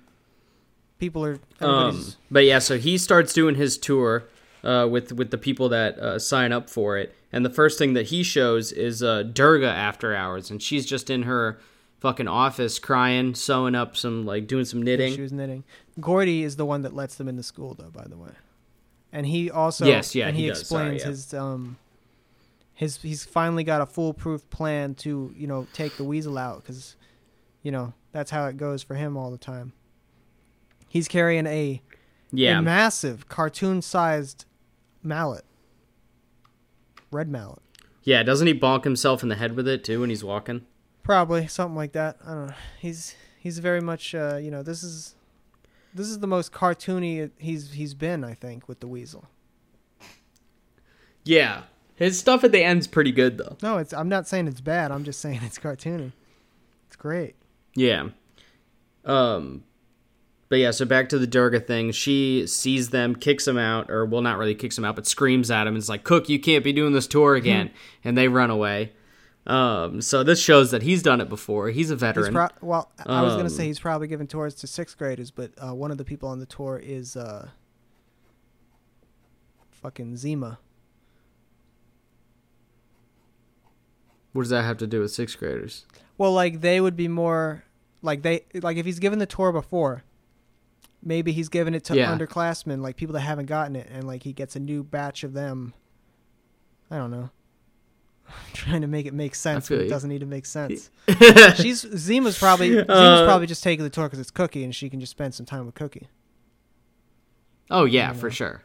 Speaker 1: People are.
Speaker 2: Um,
Speaker 1: everybody's
Speaker 2: but yeah, so he starts doing his tour uh, with with the people that uh, sign up for it, and the first thing that he shows is uh, Durga after hours, and she's just in her fucking office crying, sewing up some like doing some
Speaker 1: She
Speaker 2: knitting.
Speaker 1: was knitting. Gordy is the one that lets them into school, though. By the way, and he also
Speaker 2: Yes, yeah,
Speaker 1: and
Speaker 2: he
Speaker 1: he,
Speaker 2: does. Sorry,
Speaker 1: explains
Speaker 2: yeah.
Speaker 1: his um his he's finally got a foolproof plan to you know take the weasel out because you know that's how it goes for him all the time. He's carrying a,
Speaker 2: Yeah,
Speaker 1: a massive cartoon sized mallet, red mallet,
Speaker 2: yeah. Doesn't he bonk himself in the head with it too when he's walking?
Speaker 1: probably something like that. I don't know. He's he's very much uh, you know this is. This is the most cartoony he's he's been, I think, with the weasel.
Speaker 2: Yeah, his stuff at the end's pretty good though.
Speaker 1: No, it's. I'm not saying it's bad. I'm just saying [LAUGHS] it's cartoony. It's great.
Speaker 2: Yeah. Um but yeah, so back to the Durga thing. She sees them, kicks them out, or well, not really kicks them out, but screams at him and is like, Cook, you can't be doing this tour
Speaker 1: Mm-hmm.
Speaker 2: again. and they run away. Um, so this shows that he's done it before. He's a
Speaker 1: He's
Speaker 2: veteran.
Speaker 1: pro- well, I I was gonna say
Speaker 2: Um,
Speaker 1: he's probably giving tours to sixth graders, but uh, one of the people on the tour is uh, fucking Zima.
Speaker 2: what does that have to do with sixth graders?
Speaker 1: Well, like they would be more like they like if he's given the tour before, maybe he's given it to
Speaker 2: Yeah.
Speaker 1: underclassmen, like people that haven't gotten it, and like he gets a new batch of them. I don't know. [LAUGHS] I'm trying to make it make sense,
Speaker 2: feel
Speaker 1: but it
Speaker 2: you.
Speaker 1: doesn't need to make
Speaker 2: [LAUGHS]
Speaker 1: sense. She's Zima's probably Zima's
Speaker 2: Uh,
Speaker 1: probably just taking the tour because it's Cookie, and she can just spend some time with Cookie.
Speaker 2: Oh yeah, for sure.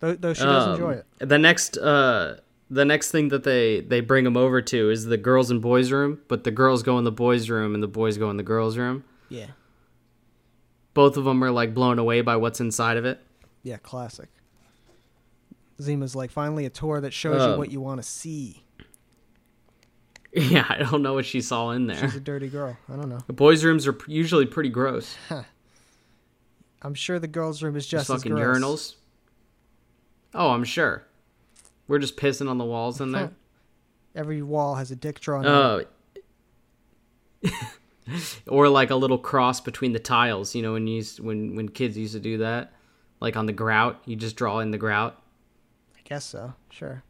Speaker 1: Though, though she does
Speaker 2: Um,
Speaker 1: enjoy it.
Speaker 2: The next uh the next thing that they they bring him over to is the girls and boys room, but the girls go in the boys room and the boys go in the girls room.
Speaker 1: Yeah,
Speaker 2: Both of them are like blown away by what's inside of it.
Speaker 1: yeah, classic. Zima's like finally a tour that shows
Speaker 2: Um,
Speaker 1: you what you want to see.
Speaker 2: [LAUGHS] Yeah, I don't know what she saw in there.
Speaker 1: She's a dirty girl. I don't know.
Speaker 2: The boys' rooms are p- usually pretty gross.
Speaker 1: I'm sure the girls' room is just
Speaker 2: Just
Speaker 1: as
Speaker 2: fucking
Speaker 1: gross.
Speaker 2: urinals. Oh, I'm sure. We're just pissing on the walls
Speaker 1: [LAUGHS]
Speaker 2: in there.
Speaker 1: Every wall has a dick drawn. on it.
Speaker 2: Uh, [LAUGHS] or like a little cross between the tiles. You know, when you used, when when kids used to do that, like on the grout, you just draw in the grout.
Speaker 1: I guess so. Sure.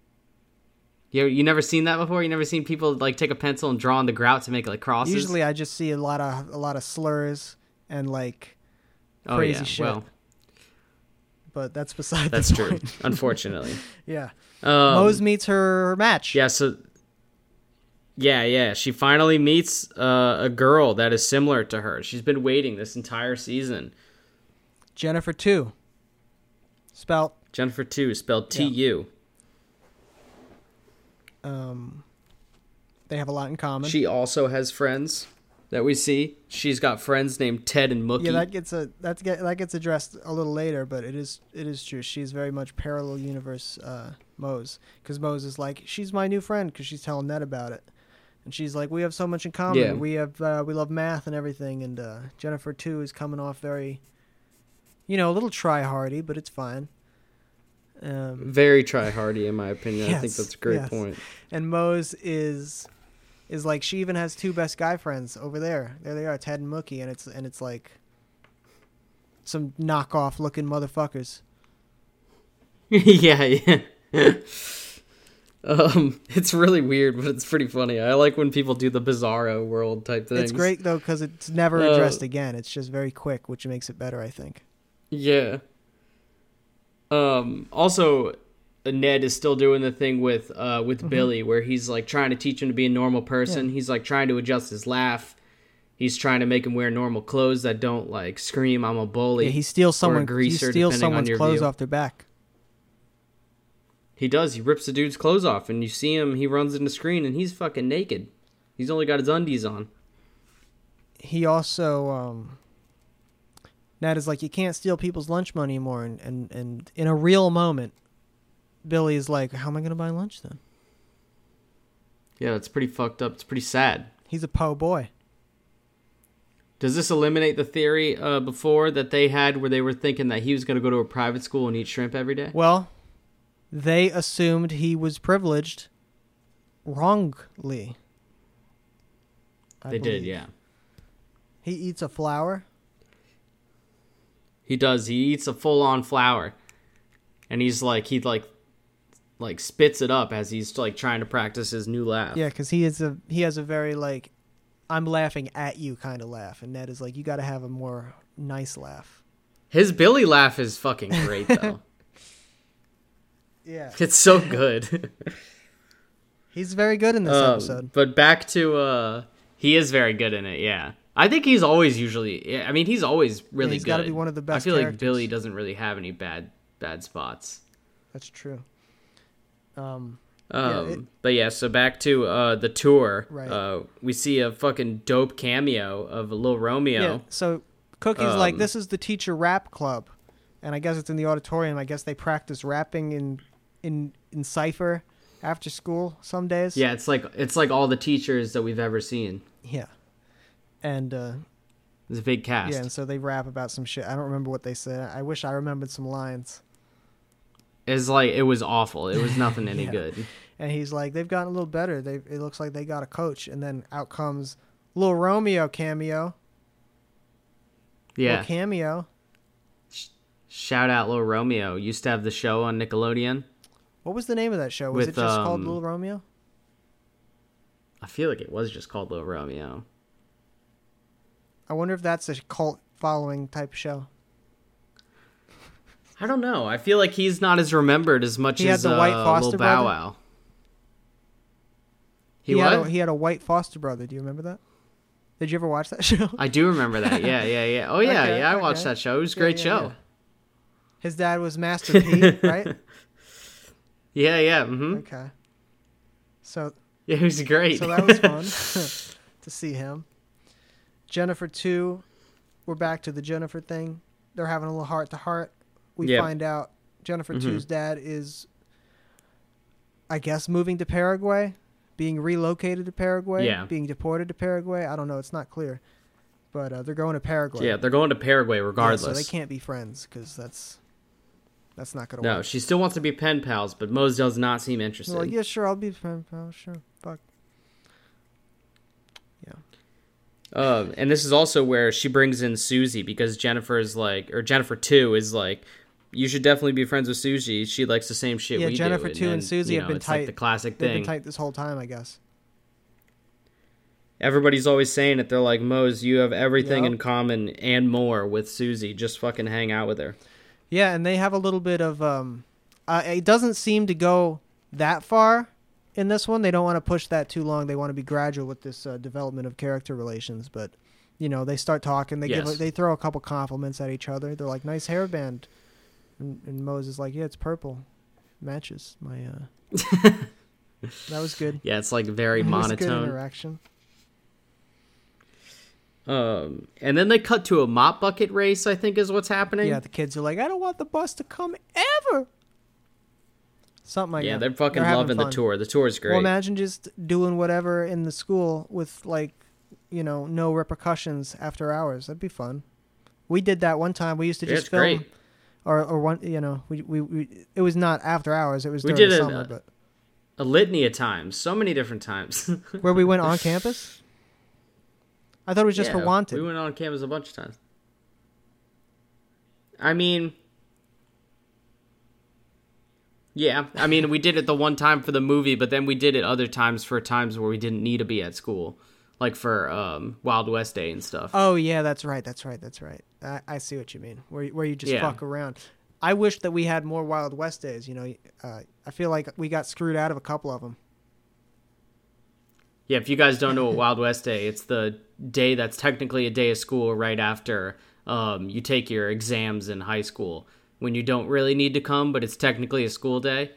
Speaker 2: You you never seen that before? You never seen people like take a pencil and draw on the grout to make like crosses?
Speaker 1: Usually, I just see a lot of a lot of slurs and like,
Speaker 2: oh,
Speaker 1: crazy
Speaker 2: yeah.
Speaker 1: shit.
Speaker 2: Well,
Speaker 1: but that's [LAUGHS] beside.
Speaker 2: that's
Speaker 1: the
Speaker 2: true.
Speaker 1: point.
Speaker 2: Unfortunately.
Speaker 1: Yeah.
Speaker 2: Um,
Speaker 1: Mose meets her match.
Speaker 2: Yeah, so yeah, yeah, she finally meets uh, a girl that is similar to her. She's been waiting this entire season.
Speaker 1: Jennifer too. Spelt
Speaker 2: Jennifer Two, spelled T U.
Speaker 1: um, they have a lot in common.
Speaker 2: She also has friends that we see. She's got friends named Ted and Mookie.
Speaker 1: yeah, that gets a that's get that gets addressed a little later, but it is it is true. She's very much parallel universe uh, Mose because Mose is like she's my new friend because she's telling Ned about it, and she's like we have so much in common.
Speaker 2: Yeah.
Speaker 1: We have uh, we love math and everything, and uh, Jennifer too is coming off very, you know, a little try hardy, but it's fine. Um,
Speaker 2: Very try hardy in my opinion. I think
Speaker 1: Yes,
Speaker 2: that's a great
Speaker 1: yes.
Speaker 2: point. [LAUGHS]
Speaker 1: and Mose is is like she even has two best guy friends over there. There they are, Ted and Mookie, and it's and it's like some knockoff looking motherfuckers.
Speaker 2: yeah, yeah. [LAUGHS] um, it's really weird, but it's pretty funny. I like when people do the bizarro world type things.
Speaker 1: It's great though because it's never
Speaker 2: Uh,
Speaker 1: addressed again. It's just very quick, which makes it better, I think.
Speaker 2: Yeah. Um also Ned is still doing the thing with uh with Billy where he's like trying to teach him to be a normal person. He's like trying to adjust his laugh. He's trying to make him wear normal clothes that don't like scream I'm a bully.
Speaker 1: Yeah, he steals
Speaker 2: or a
Speaker 1: someone. He
Speaker 2: greaser,
Speaker 1: steals
Speaker 2: depending on
Speaker 1: someone's
Speaker 2: your
Speaker 1: clothes
Speaker 2: view.
Speaker 1: off their back.
Speaker 2: He does. He rips the dude's clothes off and you see him he runs into screen and he's fucking naked. He's only got his undies on.
Speaker 1: He also um, Ned is like, you can't steal people's lunch money anymore, and and and in a real moment, Billy is like, how am I gonna buy lunch then?
Speaker 2: Yeah, it's pretty fucked up. It's pretty sad.
Speaker 1: He's a po boy.
Speaker 2: Does this eliminate the theory uh, before that they had where they were thinking that he was going to go to a private school and eat shrimp every day?
Speaker 1: Well, they assumed he was privileged wrongly. I
Speaker 2: they
Speaker 1: believe.
Speaker 2: did, yeah.
Speaker 1: He eats a flower.
Speaker 2: He does. He eats a full-on flower, and he's like he like like spits it up as he's like trying to practice his new laugh.
Speaker 1: Yeah, because he is a he has a very like, I'm laughing at you kind of laugh, and that is like you got to have a more nice laugh.
Speaker 2: His Billy laugh is fucking
Speaker 1: [LAUGHS]
Speaker 2: great though. [LAUGHS]
Speaker 1: Yeah,
Speaker 2: it's so good.
Speaker 1: he's very good in this
Speaker 2: Um,
Speaker 1: episode.
Speaker 2: But back to uh he is very good in it, yeah. I think he's always usually yeah, I mean he's always really
Speaker 1: he's
Speaker 2: good.
Speaker 1: gotta be one of the best
Speaker 2: I feel like
Speaker 1: characters.
Speaker 2: Billy doesn't really have any bad bad spots.
Speaker 1: That's true. Um,
Speaker 2: Um,
Speaker 1: it-
Speaker 2: but yeah, so back to uh, the tour.
Speaker 1: Right.
Speaker 2: Uh, we see a fucking dope cameo of Lil Romeo.
Speaker 1: yeah. So Cookie's like,
Speaker 2: Um,
Speaker 1: this is the teacher rap club, and I guess it's in the auditorium. I guess they practice rapping in in in cipher after school some days.
Speaker 2: Yeah, it's like it's like all the teachers that we've ever seen.
Speaker 1: Yeah. And uh,
Speaker 2: It's a big cast.
Speaker 1: yeah, and so they rap about some shit. I don't remember what they said. I wish I remembered some lines.
Speaker 2: It's like it was awful. It was nothing
Speaker 1: [LAUGHS]
Speaker 2: any
Speaker 1: Yeah.
Speaker 2: good.
Speaker 1: And he's like, they've gotten a little better. They it looks like they got a coach. And then out comes Lil Romeo cameo.
Speaker 2: Yeah.
Speaker 1: Lil cameo.
Speaker 2: Shout out Lil Romeo. Used to have the show on Nickelodeon.
Speaker 1: What was the name of that show? Was
Speaker 2: With,
Speaker 1: it just called
Speaker 2: um,
Speaker 1: Lil Romeo?
Speaker 2: I feel like it was just called Lil Romeo.
Speaker 1: I wonder if that's a cult following type show.
Speaker 2: I don't know. I feel like he's not as remembered as much
Speaker 1: He had
Speaker 2: as
Speaker 1: the White
Speaker 2: uh,
Speaker 1: Foster
Speaker 2: Lil Bow
Speaker 1: brother?
Speaker 2: Wow. He,
Speaker 1: had
Speaker 2: what?
Speaker 1: a, he had a white foster brother. Do you remember that? Did you ever watch that [LAUGHS] show?
Speaker 2: I do remember that. Yeah, yeah, yeah. Oh yeah,
Speaker 1: Okay,
Speaker 2: yeah. I watched
Speaker 1: okay.
Speaker 2: that show. It was a
Speaker 1: Yeah,
Speaker 2: great
Speaker 1: yeah,
Speaker 2: show.
Speaker 1: His dad was
Speaker 2: [LAUGHS]
Speaker 1: Master P, right?
Speaker 2: Yeah, yeah. hmm
Speaker 1: Okay. So
Speaker 2: Yeah, it was great.
Speaker 1: So that was fun [LAUGHS] to see him. Jennifer two, we're back to the Jennifer thing. They're having a little heart to heart. We
Speaker 2: Yeah.
Speaker 1: find out Jennifer
Speaker 2: Mhm.
Speaker 1: two's dad is, I guess, moving to Paraguay, being relocated to Paraguay,
Speaker 2: Yeah.
Speaker 1: being deported to Paraguay. I don't know. It's not clear, but uh, they're going to Paraguay.
Speaker 2: [LAUGHS] yeah, they're going to Paraguay
Speaker 1: Yeah,
Speaker 2: regardless.
Speaker 1: so they can't be friends because that's that's not gonna
Speaker 2: no,
Speaker 1: work.
Speaker 2: she still wants to be pen pals, but Mose does not seem interested.
Speaker 1: They're like, yeah, sure, I'll be friend. Oh, sure, fuck.
Speaker 2: Um, and this is also where she brings in Susie because Jennifer is like, or Jennifer two is like, you should definitely be friends with Susie. She likes the same shit.
Speaker 1: Yeah,
Speaker 2: we do."
Speaker 1: Jennifer two
Speaker 2: then,
Speaker 1: and Susie
Speaker 2: you
Speaker 1: have
Speaker 2: know,
Speaker 1: been
Speaker 2: it's like
Speaker 1: tight.
Speaker 2: the classic
Speaker 1: They've been
Speaker 2: thing.
Speaker 1: tight this whole time, I guess.
Speaker 2: Everybody's always saying it. They're like, Mose, you have everything
Speaker 1: Yup.
Speaker 2: in common and more with Susie. Just fucking hang out with her.
Speaker 1: Yeah, and they have a little bit of um uh, it doesn't seem to go that far in this one. They don't want to push that too long. They want to be gradual with this uh, development of character relations, but you know, they start talking, they give
Speaker 2: Yes.
Speaker 1: they throw a couple compliments at each other. They're like, "Nice hairband." And, and Mose is like, "Yeah, it's purple. Matches my uh
Speaker 2: [LAUGHS]
Speaker 1: That was good.
Speaker 2: Yeah, it's like very
Speaker 1: That was good
Speaker 2: monotone.
Speaker 1: interaction.
Speaker 2: Um, and then they cut to a mop bucket race. I think is what's happening.
Speaker 1: Yeah, the kids are like, "I don't want the bus to come ever." Something like
Speaker 2: yeah,
Speaker 1: that.
Speaker 2: they're fucking
Speaker 1: oh, having
Speaker 2: loving the
Speaker 1: fun.
Speaker 2: tour. The tour is great.
Speaker 1: Well, imagine just doing whatever in the school with like, you know, no repercussions after hours. That'd be fun. We did that one time. We used to
Speaker 2: Yeah,
Speaker 1: just
Speaker 2: it's
Speaker 1: film,
Speaker 2: great.
Speaker 1: or or one, you know, we, we we it was not after hours. It was
Speaker 2: We
Speaker 1: during the
Speaker 2: did it,
Speaker 1: summer,
Speaker 2: uh, A litany of times, so many different times. [LAUGHS]
Speaker 1: but where we went on campus. I thought it was just
Speaker 2: Yeah,
Speaker 1: for wanted.
Speaker 2: We went on campus a bunch of times. I mean, yeah, I mean, we did it the one time for the movie, but then we did it other times for times where we didn't need to be at school, like for um, Wild West Day and stuff.
Speaker 1: oh yeah, that's right. That's right. That's right. I, I see what you mean. Where you- where you just
Speaker 2: Yeah.
Speaker 1: fuck around. I wish that we had more Wild West days. You know, uh, I feel like we got screwed out of a couple of them.
Speaker 2: Yeah, if you guys don't know what Wild West Day, it's the day that's technically a day of school right after um, you take your exams in high school when you don't really need to come, but it's technically a school day.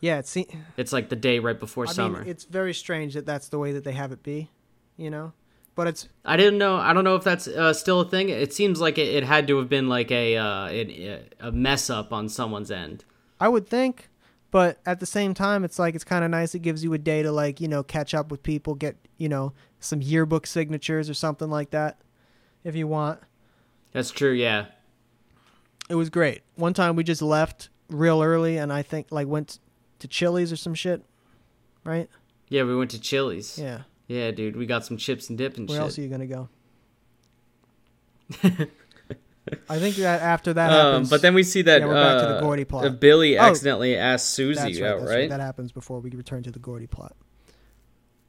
Speaker 1: Yeah, it seems.
Speaker 2: It's like the day right before
Speaker 1: I
Speaker 2: summer.
Speaker 1: mean, it's very strange that that's the way that they have it be, you know. But it's
Speaker 2: I didn't know. I don't know if that's uh, still a thing. It seems like it, it had to have been like a uh, an, a mess up on someone's end.
Speaker 1: I would think, but at the same time, it's like it's kind of nice. It gives you a day to like you know catch up with people, get you know some yearbook signatures or something like that. if you want.
Speaker 2: That's true. Yeah.
Speaker 1: It was great. One time we just left real early, and I think like went to Chili's or some shit, right?
Speaker 2: Yeah, we went to Chili's. Yeah,
Speaker 1: Yeah.
Speaker 2: dude, we got some chips and dip and
Speaker 1: Where
Speaker 2: shit.
Speaker 1: else are you gonna [LAUGHS] go? I think that after that
Speaker 2: um,
Speaker 1: happens,
Speaker 2: but then we see that
Speaker 1: Yeah, we're back to the
Speaker 2: uh,
Speaker 1: Gordy plot.
Speaker 2: uh, Billy
Speaker 1: Oh.
Speaker 2: accidentally asked Susie out,
Speaker 1: that's
Speaker 2: right?
Speaker 1: That happens before we return to the Gordy plot.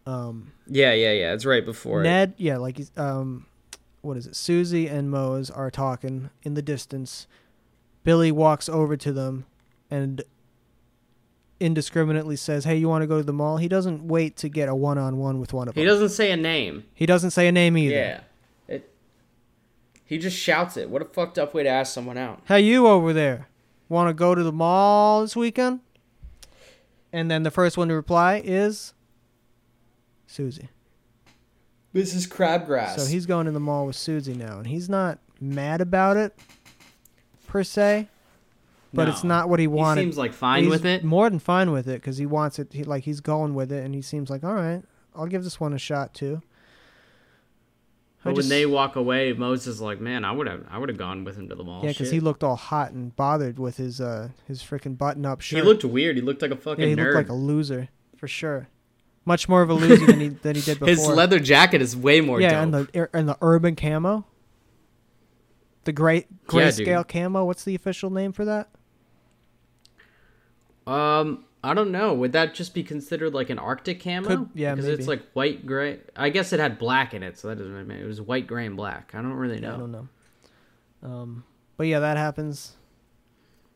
Speaker 1: Um,
Speaker 2: Yeah, yeah, yeah. It's right before it.
Speaker 1: Ned, yeah, like he's um, what is it? Susie and Mose are talking in the distance. Billy walks over to them and indiscriminately says, "Hey, you want to go to the mall?" He doesn't wait to get a one-on-one with one of
Speaker 2: He
Speaker 1: them.
Speaker 2: doesn't say a name.
Speaker 1: He doesn't say a name either.
Speaker 2: Yeah. It. He just shouts it. What a fucked up way to ask someone out.
Speaker 1: Hey, you over there, want to go to the mall this weekend? And then the first one to reply is Susie.
Speaker 2: This is crabgrass.
Speaker 1: So he's going to the mall with Susie now, and he's not mad about it per se, but
Speaker 2: No.
Speaker 1: it's not what he wanted.
Speaker 2: He seems like fine
Speaker 1: He's
Speaker 2: with it.
Speaker 1: More than fine with it because he wants it. He like he's going with it, and he seems like all right. I'll give this one a shot too. I
Speaker 2: But
Speaker 1: just-
Speaker 2: when they walk away, Moses is like, "Man, I would have, I would have gone with him to the mall."
Speaker 1: yeah, because
Speaker 2: Shit.
Speaker 1: he looked all hot and bothered with his uh his freaking button up
Speaker 2: He
Speaker 1: shirt.
Speaker 2: looked weird. He looked like a fucking
Speaker 1: yeah, he
Speaker 2: nerd.
Speaker 1: looked like a loser for sure. Much more of a loser than he than he did [LAUGHS] before.
Speaker 2: [LAUGHS] His leather jacket is way more
Speaker 1: yeah,
Speaker 2: dope.
Speaker 1: and the and the urban camo, the great
Speaker 2: Yeah,
Speaker 1: grayscale camo. What's the official name for that?
Speaker 2: Um, I don't know. Would that just be considered like an Arctic camo?
Speaker 1: Could- yeah,
Speaker 2: because it's
Speaker 1: maybe.
Speaker 2: like white gray. I guess it had black in it, so that doesn't really matter. It was white gray and black. I don't really
Speaker 1: I
Speaker 2: know.
Speaker 1: don't know. Um, but yeah, that happens.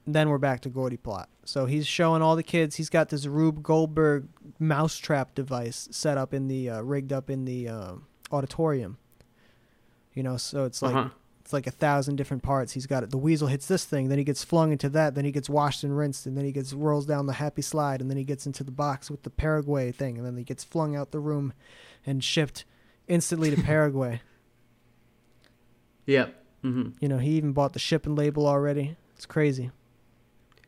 Speaker 1: Then we're back to Gordy plot. So he's showing all the kids. He's got this Rube Goldberg mousetrap device set up in the uh, rigged up in the um auditorium. You know, so it's like
Speaker 2: Uh-huh.
Speaker 1: it's like a thousand different parts. He's got it. The weasel hits this thing, then he gets flung into that, then he gets washed and rinsed, and then he gets rolls down the happy slide, and then he gets into the box with the Paraguay thing, and then he gets flung out the room, and shipped instantly to
Speaker 2: [LAUGHS]
Speaker 1: Paraguay.
Speaker 2: Yep. hmm
Speaker 1: You know, he even bought the shipping label already. It's crazy.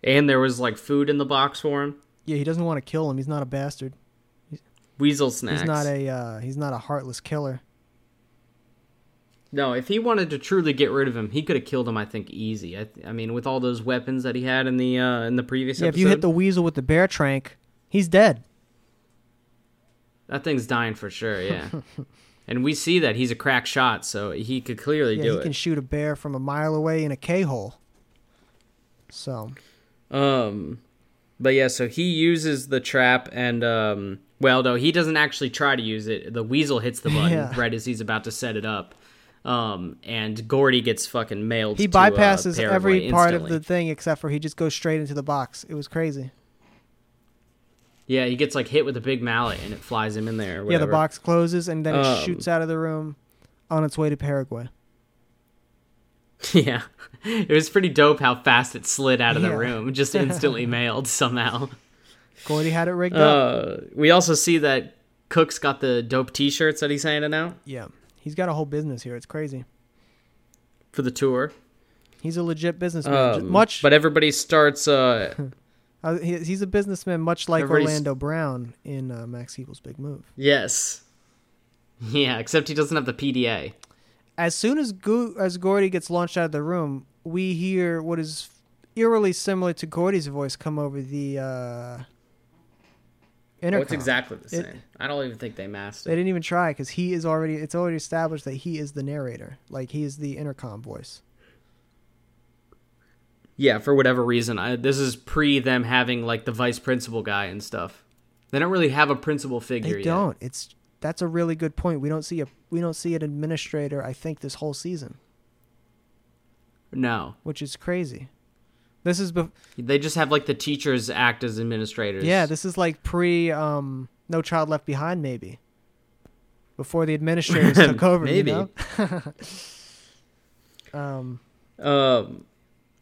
Speaker 2: And there was like food in the box for him.
Speaker 1: Yeah, he doesn't want to kill him. He's not a bastard.
Speaker 2: Weasel snacks.
Speaker 1: He's not a uh, he's not a heartless killer.
Speaker 2: No, if he wanted to truly get rid of him, he could have killed him. I think easy. I, th- I mean, with all those weapons that he had in the uh, in the previous
Speaker 1: yeah, if
Speaker 2: episode,
Speaker 1: you hit the weasel with the bear trank, he's dead.
Speaker 2: that thing's dying for
Speaker 1: [LAUGHS]
Speaker 2: sure. Yeah, and we see that he's a crack shot, so he could clearly
Speaker 1: Yeah,
Speaker 2: do
Speaker 1: he
Speaker 2: it.
Speaker 1: can shoot a bear from a mile away in a K hole. So
Speaker 2: Um, but yeah, so he uses the trap, and um, well, no, he doesn't actually try to use it. The weasel hits the button
Speaker 1: Yeah.
Speaker 2: right as he's about to set it up, um, and Gordy gets fucking mailed.
Speaker 1: he
Speaker 2: to, uh,
Speaker 1: bypasses
Speaker 2: Paraguay
Speaker 1: every part of
Speaker 2: instantly.
Speaker 1: the thing except for he just goes straight into the box. It was crazy.
Speaker 2: Yeah, he gets like hit with a big mallet, and it flies him in there.
Speaker 1: Yeah,
Speaker 2: or
Speaker 1: the
Speaker 2: whatever.
Speaker 1: box closes and then it
Speaker 2: Um,
Speaker 1: shoots out of the room on its way to Paraguay.
Speaker 2: [LAUGHS] Yeah, it was pretty dope how fast it slid out of
Speaker 1: Yeah.
Speaker 2: the room, just
Speaker 1: [LAUGHS]
Speaker 2: instantly mailed somehow.
Speaker 1: Gordy had it rigged up.
Speaker 2: Uh, we also see that Cook's got the dope T-shirts that he's handing out
Speaker 1: Yeah. He's got a whole business here. It's crazy.
Speaker 2: for the tour.
Speaker 1: He's a legit businessman. Ju-
Speaker 2: Um,
Speaker 1: much
Speaker 2: but everybody starts uh,
Speaker 1: Uh, he, he's a businessman, much like
Speaker 2: Everybody's-
Speaker 1: Orlando Brown in uh, Max Hebel's Big Move.
Speaker 2: [LAUGHS] Yes. Yeah, except he doesn't have the PDA.
Speaker 1: As soon as Go- as Gordy gets launched out of the room, we hear what is eerily similar to Gordy's voice come over the uh, intercom.
Speaker 2: Well, it's exactly the
Speaker 1: It-
Speaker 2: same. I don't even think they masked
Speaker 1: They
Speaker 2: it.
Speaker 1: didn't even try because he is already. It's already established that he is the narrator. Like he is the intercom voice.
Speaker 2: Yeah, for whatever reason. I, this is pre them having like the vice principal guy and stuff. They don't really have a principal
Speaker 1: They
Speaker 2: figure yet.
Speaker 1: don't. It's that's a really good point. We don't see a we don't see an administrator. I think this whole season,
Speaker 2: No.
Speaker 1: which is crazy. This is bef-
Speaker 2: They just have like the teachers act as administrators.
Speaker 1: Yeah, this is like pre um No Child Left Behind maybe. Before the administrators took over,
Speaker 2: Maybe.
Speaker 1: you know? um
Speaker 2: um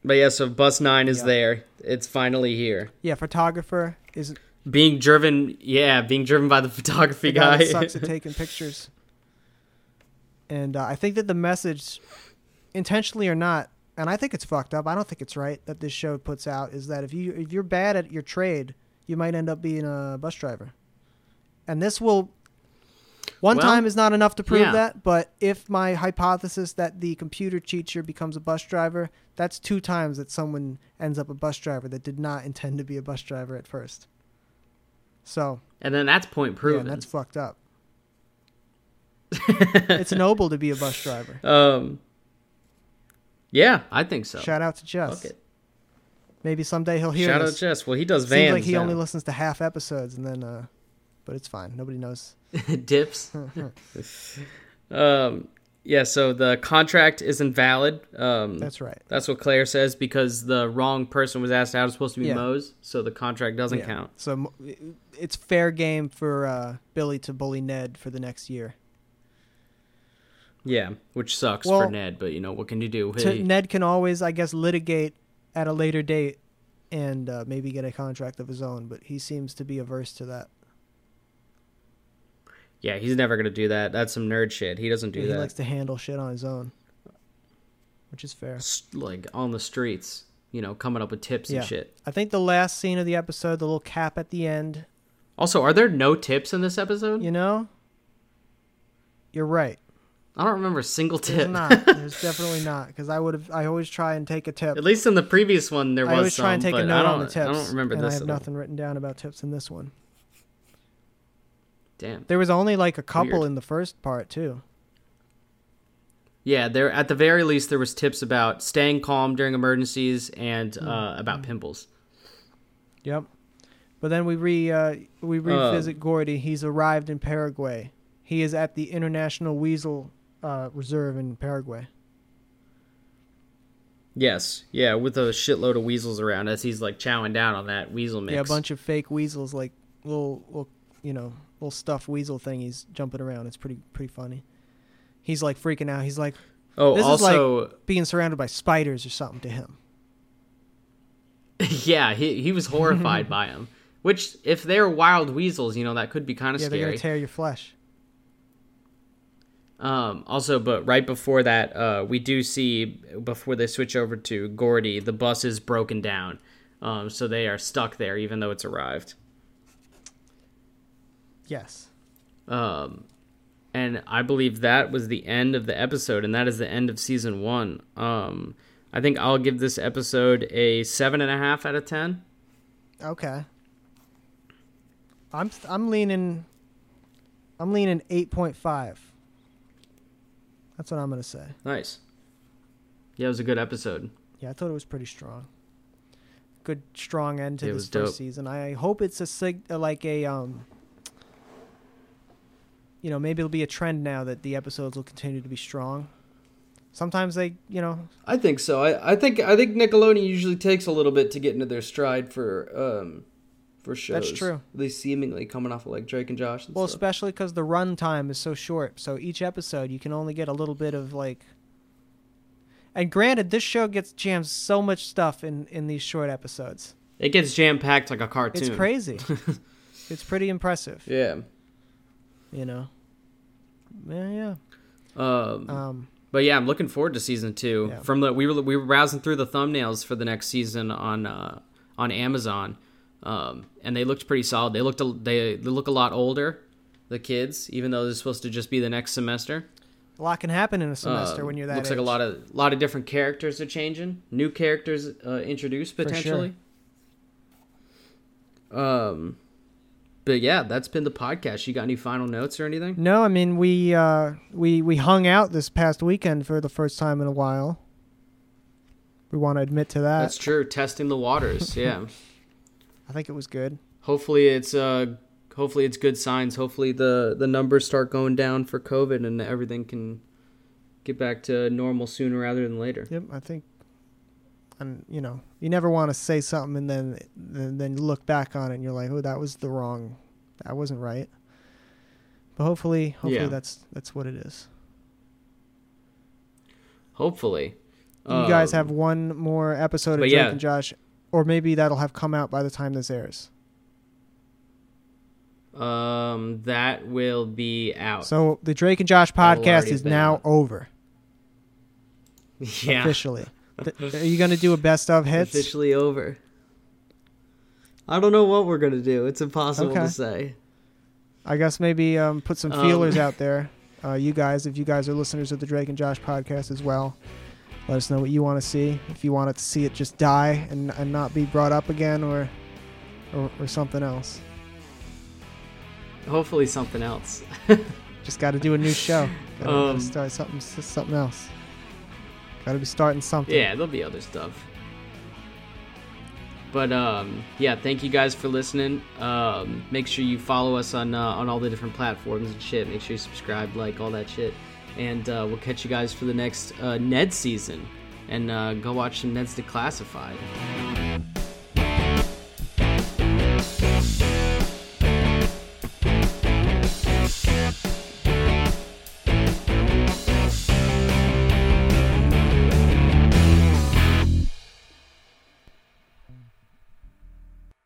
Speaker 2: but yeah, so bus 9 is
Speaker 1: Yeah.
Speaker 2: there. It's finally here.
Speaker 1: yeah, photographer is the
Speaker 2: Being driven, yeah, being driven by the [LAUGHS] photography
Speaker 1: guy
Speaker 2: guy.
Speaker 1: that sucks at taking pictures. And uh, I think that the message intentionally or not, and I think it's fucked up. I don't think it's right that this show puts out is that if you if you're bad at your trade, you might end up being a bus driver. And this will One
Speaker 2: Well,
Speaker 1: time is not enough to prove
Speaker 2: yeah.
Speaker 1: that, but if my hypothesis that the computer teacher becomes a bus driver, that's two times that someone ends up a bus driver that did not intend to be a bus driver at first. So,
Speaker 2: [LAUGHS] And then that's point
Speaker 1: yeah,
Speaker 2: proven.
Speaker 1: that's fucked
Speaker 2: [LAUGHS]
Speaker 1: up. it's noble to be a bus driver.
Speaker 2: um, yeah, I think so.
Speaker 1: Shout out to Jess.
Speaker 2: Fuck it.
Speaker 1: Maybe someday he'll hear
Speaker 2: Shout out
Speaker 1: this.
Speaker 2: Jess. Well, he does
Speaker 1: Seems
Speaker 2: vans.
Speaker 1: like he
Speaker 2: now.
Speaker 1: only listens to half episodes and then uh but it's fine. Nobody knows.
Speaker 2: [LAUGHS] dips.
Speaker 1: [LAUGHS]
Speaker 2: um, yeah, so the contract is invalid. Um,
Speaker 1: That's right.
Speaker 2: that's what Claire says because the wrong person was asked out. It's supposed to be
Speaker 1: Yeah.
Speaker 2: Moe's, so the contract doesn't
Speaker 1: Yeah.
Speaker 2: count.
Speaker 1: So m- it's fair game for uh, Billy to bully Ned for the next year.
Speaker 2: Yeah, which sucks for
Speaker 1: Well,
Speaker 2: Ned, but you know what can you do?
Speaker 1: To,
Speaker 2: He-
Speaker 1: Ned can always, I guess, litigate at a later date and uh, maybe get a contract of his own, but he seems to be averse to that.
Speaker 2: yeah, he's never gonna do that. That's some nerd shit. He doesn't do
Speaker 1: he
Speaker 2: that.
Speaker 1: likes to handle shit on his own, which is fair.
Speaker 2: S- like on the streets, you know, coming up with tips
Speaker 1: Yeah.
Speaker 2: and shit.
Speaker 1: I think the last scene of the episode, the little cap at the end,
Speaker 2: Also, are there no tips in this episode?
Speaker 1: you know? You're
Speaker 2: [LAUGHS]
Speaker 1: right.
Speaker 2: I don't remember a single tip.
Speaker 1: There's not. There's definitely not because I would have. I always try and take a tip.
Speaker 2: [LAUGHS] At least in the previous one, there
Speaker 1: I
Speaker 2: was
Speaker 1: always
Speaker 2: some,
Speaker 1: try and take
Speaker 2: but
Speaker 1: a
Speaker 2: I
Speaker 1: note
Speaker 2: don't.
Speaker 1: on the tips.
Speaker 2: I don't remember
Speaker 1: and I
Speaker 2: this.
Speaker 1: have
Speaker 2: at all.
Speaker 1: nothing written down about tips in this one.
Speaker 2: Damn.
Speaker 1: There was only like a couple
Speaker 2: Weird.
Speaker 1: in the first part too.
Speaker 2: Yeah, there at the very least there was tips about staying calm during emergencies and
Speaker 1: Mm.
Speaker 2: uh, about pimples.
Speaker 1: Yep. But then we re uh,
Speaker 2: Oh.
Speaker 1: we revisit Gordy. He's arrived in Paraguay. He is at the International Weasel uh, Reserve in Paraguay.
Speaker 2: Yes, yeah, with a shitload of weasels around as he's like chowing down on that weasel mix.
Speaker 1: Yeah, a bunch of fake weasels, like little, little you know, little stuffed weasel thingies jumping around. It's pretty pretty funny. He's like freaking out. He's like
Speaker 2: oh,
Speaker 1: this is
Speaker 2: also,
Speaker 1: being surrounded by spiders or something to him.
Speaker 2: [LAUGHS] yeah, he he
Speaker 1: [LAUGHS]
Speaker 2: was horrified by him. Which, if they're wild weasels, you know that could be kind of
Speaker 1: Yeah, they're
Speaker 2: scary.
Speaker 1: gonna tear your flesh.
Speaker 2: Um, also, but right before that, uh, we do see before they switch over to Gordy, the bus is broken down, um, so they are stuck there even though it's arrived.
Speaker 1: Yes.
Speaker 2: Um, and I believe that was the end of the episode, and that is the end of season one. Um, I think I'll give this episode a seven and a half out of ten.
Speaker 1: Okay. I'm I'm leaning. I'm leaning eight point five. That's what I'm gonna say.
Speaker 2: Nice. Yeah, it was a good episode.
Speaker 1: Yeah, I thought it was pretty strong. Good strong end to
Speaker 2: It
Speaker 1: this
Speaker 2: was
Speaker 1: first
Speaker 2: dope.
Speaker 1: season. I hope it's a sig uh, like a um. You know, maybe it'll be a trend now that the episodes will continue to be strong. Sometimes they, you know,
Speaker 2: I think so. I, I think I think Nickelodeon usually takes a little bit to get into their stride for um for shows.
Speaker 1: That's true.
Speaker 2: At least seemingly coming off of like Drake and Josh. And
Speaker 1: well, especially 'cause the run time is so short. So each episode, you can only get a little bit of like. And granted, this show gets jams so much stuff in in these short episodes.
Speaker 2: it gets jam packed like a cartoon.
Speaker 1: It's
Speaker 2: [LAUGHS]
Speaker 1: crazy. it's pretty impressive,
Speaker 2: Yeah.
Speaker 1: you know. Yeah, yeah.
Speaker 2: Um,
Speaker 1: Um,
Speaker 2: But yeah, I'm looking forward to season two.
Speaker 1: Yeah.
Speaker 2: From the we were we were browsing through the thumbnails for the next season on uh, on Amazon, um, and they looked pretty solid. They looked a, they they look a lot older, the kids, even though they're supposed to just be the next semester.
Speaker 1: a lot can happen in a semester
Speaker 2: Um,
Speaker 1: when you're that.
Speaker 2: looks like a
Speaker 1: age.
Speaker 2: lot of lot of different characters are changing, new characters uh, introduced
Speaker 1: sure.
Speaker 2: potentially. Um, but yeah, that's been the podcast. You got any final notes or anything?
Speaker 1: No, I mean we uh, we we hung out this past weekend for the first time in a while. We want to admit to that.
Speaker 2: That's true. Testing the
Speaker 1: [LAUGHS]
Speaker 2: waters. Yeah.
Speaker 1: I think it was good.
Speaker 2: hopefully it's uh hopefully it's good signs hopefully the the numbers start going down for covid and everything can get back to normal sooner rather than later
Speaker 1: Yep, I think, and you know, you never want to say something and then then, then you look back on it and you're like, oh, that was the wrong, that wasn't right. But hopefully, hopefully
Speaker 2: Yeah.
Speaker 1: that's that's what it is.
Speaker 2: hopefully
Speaker 1: You guys
Speaker 2: Um,
Speaker 1: have one more episode of
Speaker 2: but
Speaker 1: Drake
Speaker 2: yeah.
Speaker 1: and Josh, or maybe that'll have come out by the time this airs.
Speaker 2: um that will be out
Speaker 1: So the Drake and Josh
Speaker 2: That'll
Speaker 1: podcast
Speaker 2: Oh. already
Speaker 1: is
Speaker 2: been
Speaker 1: now
Speaker 2: out.
Speaker 1: over
Speaker 2: [LAUGHS] yeah
Speaker 1: officially. Th- are you gonna do a best of hits?
Speaker 2: officially over i don't know what we're gonna do it's impossible
Speaker 1: Okay.
Speaker 2: to say
Speaker 1: I guess maybe um, put some
Speaker 2: [LAUGHS]
Speaker 1: feelers out there. Uh, you guys, if you guys are listeners of the Drake and Josh podcast as well, let us know what you want to see. If you want to see it just die and, and not be brought up again or, or, or something else.
Speaker 2: Hopefully something else.
Speaker 1: Just got to do a new show. Got to
Speaker 2: [LAUGHS] Um,
Speaker 1: start something, s- something else. Got to be starting something.
Speaker 2: yeah, there'll be other stuff. But um, yeah, thank you guys for listening. Um, make sure you follow us on uh, on all the different platforms and shit. Make sure you subscribe, like all that shit, and uh, we'll catch you guys for the next uh, Ned season. And uh, go watch some Ned's Declassified.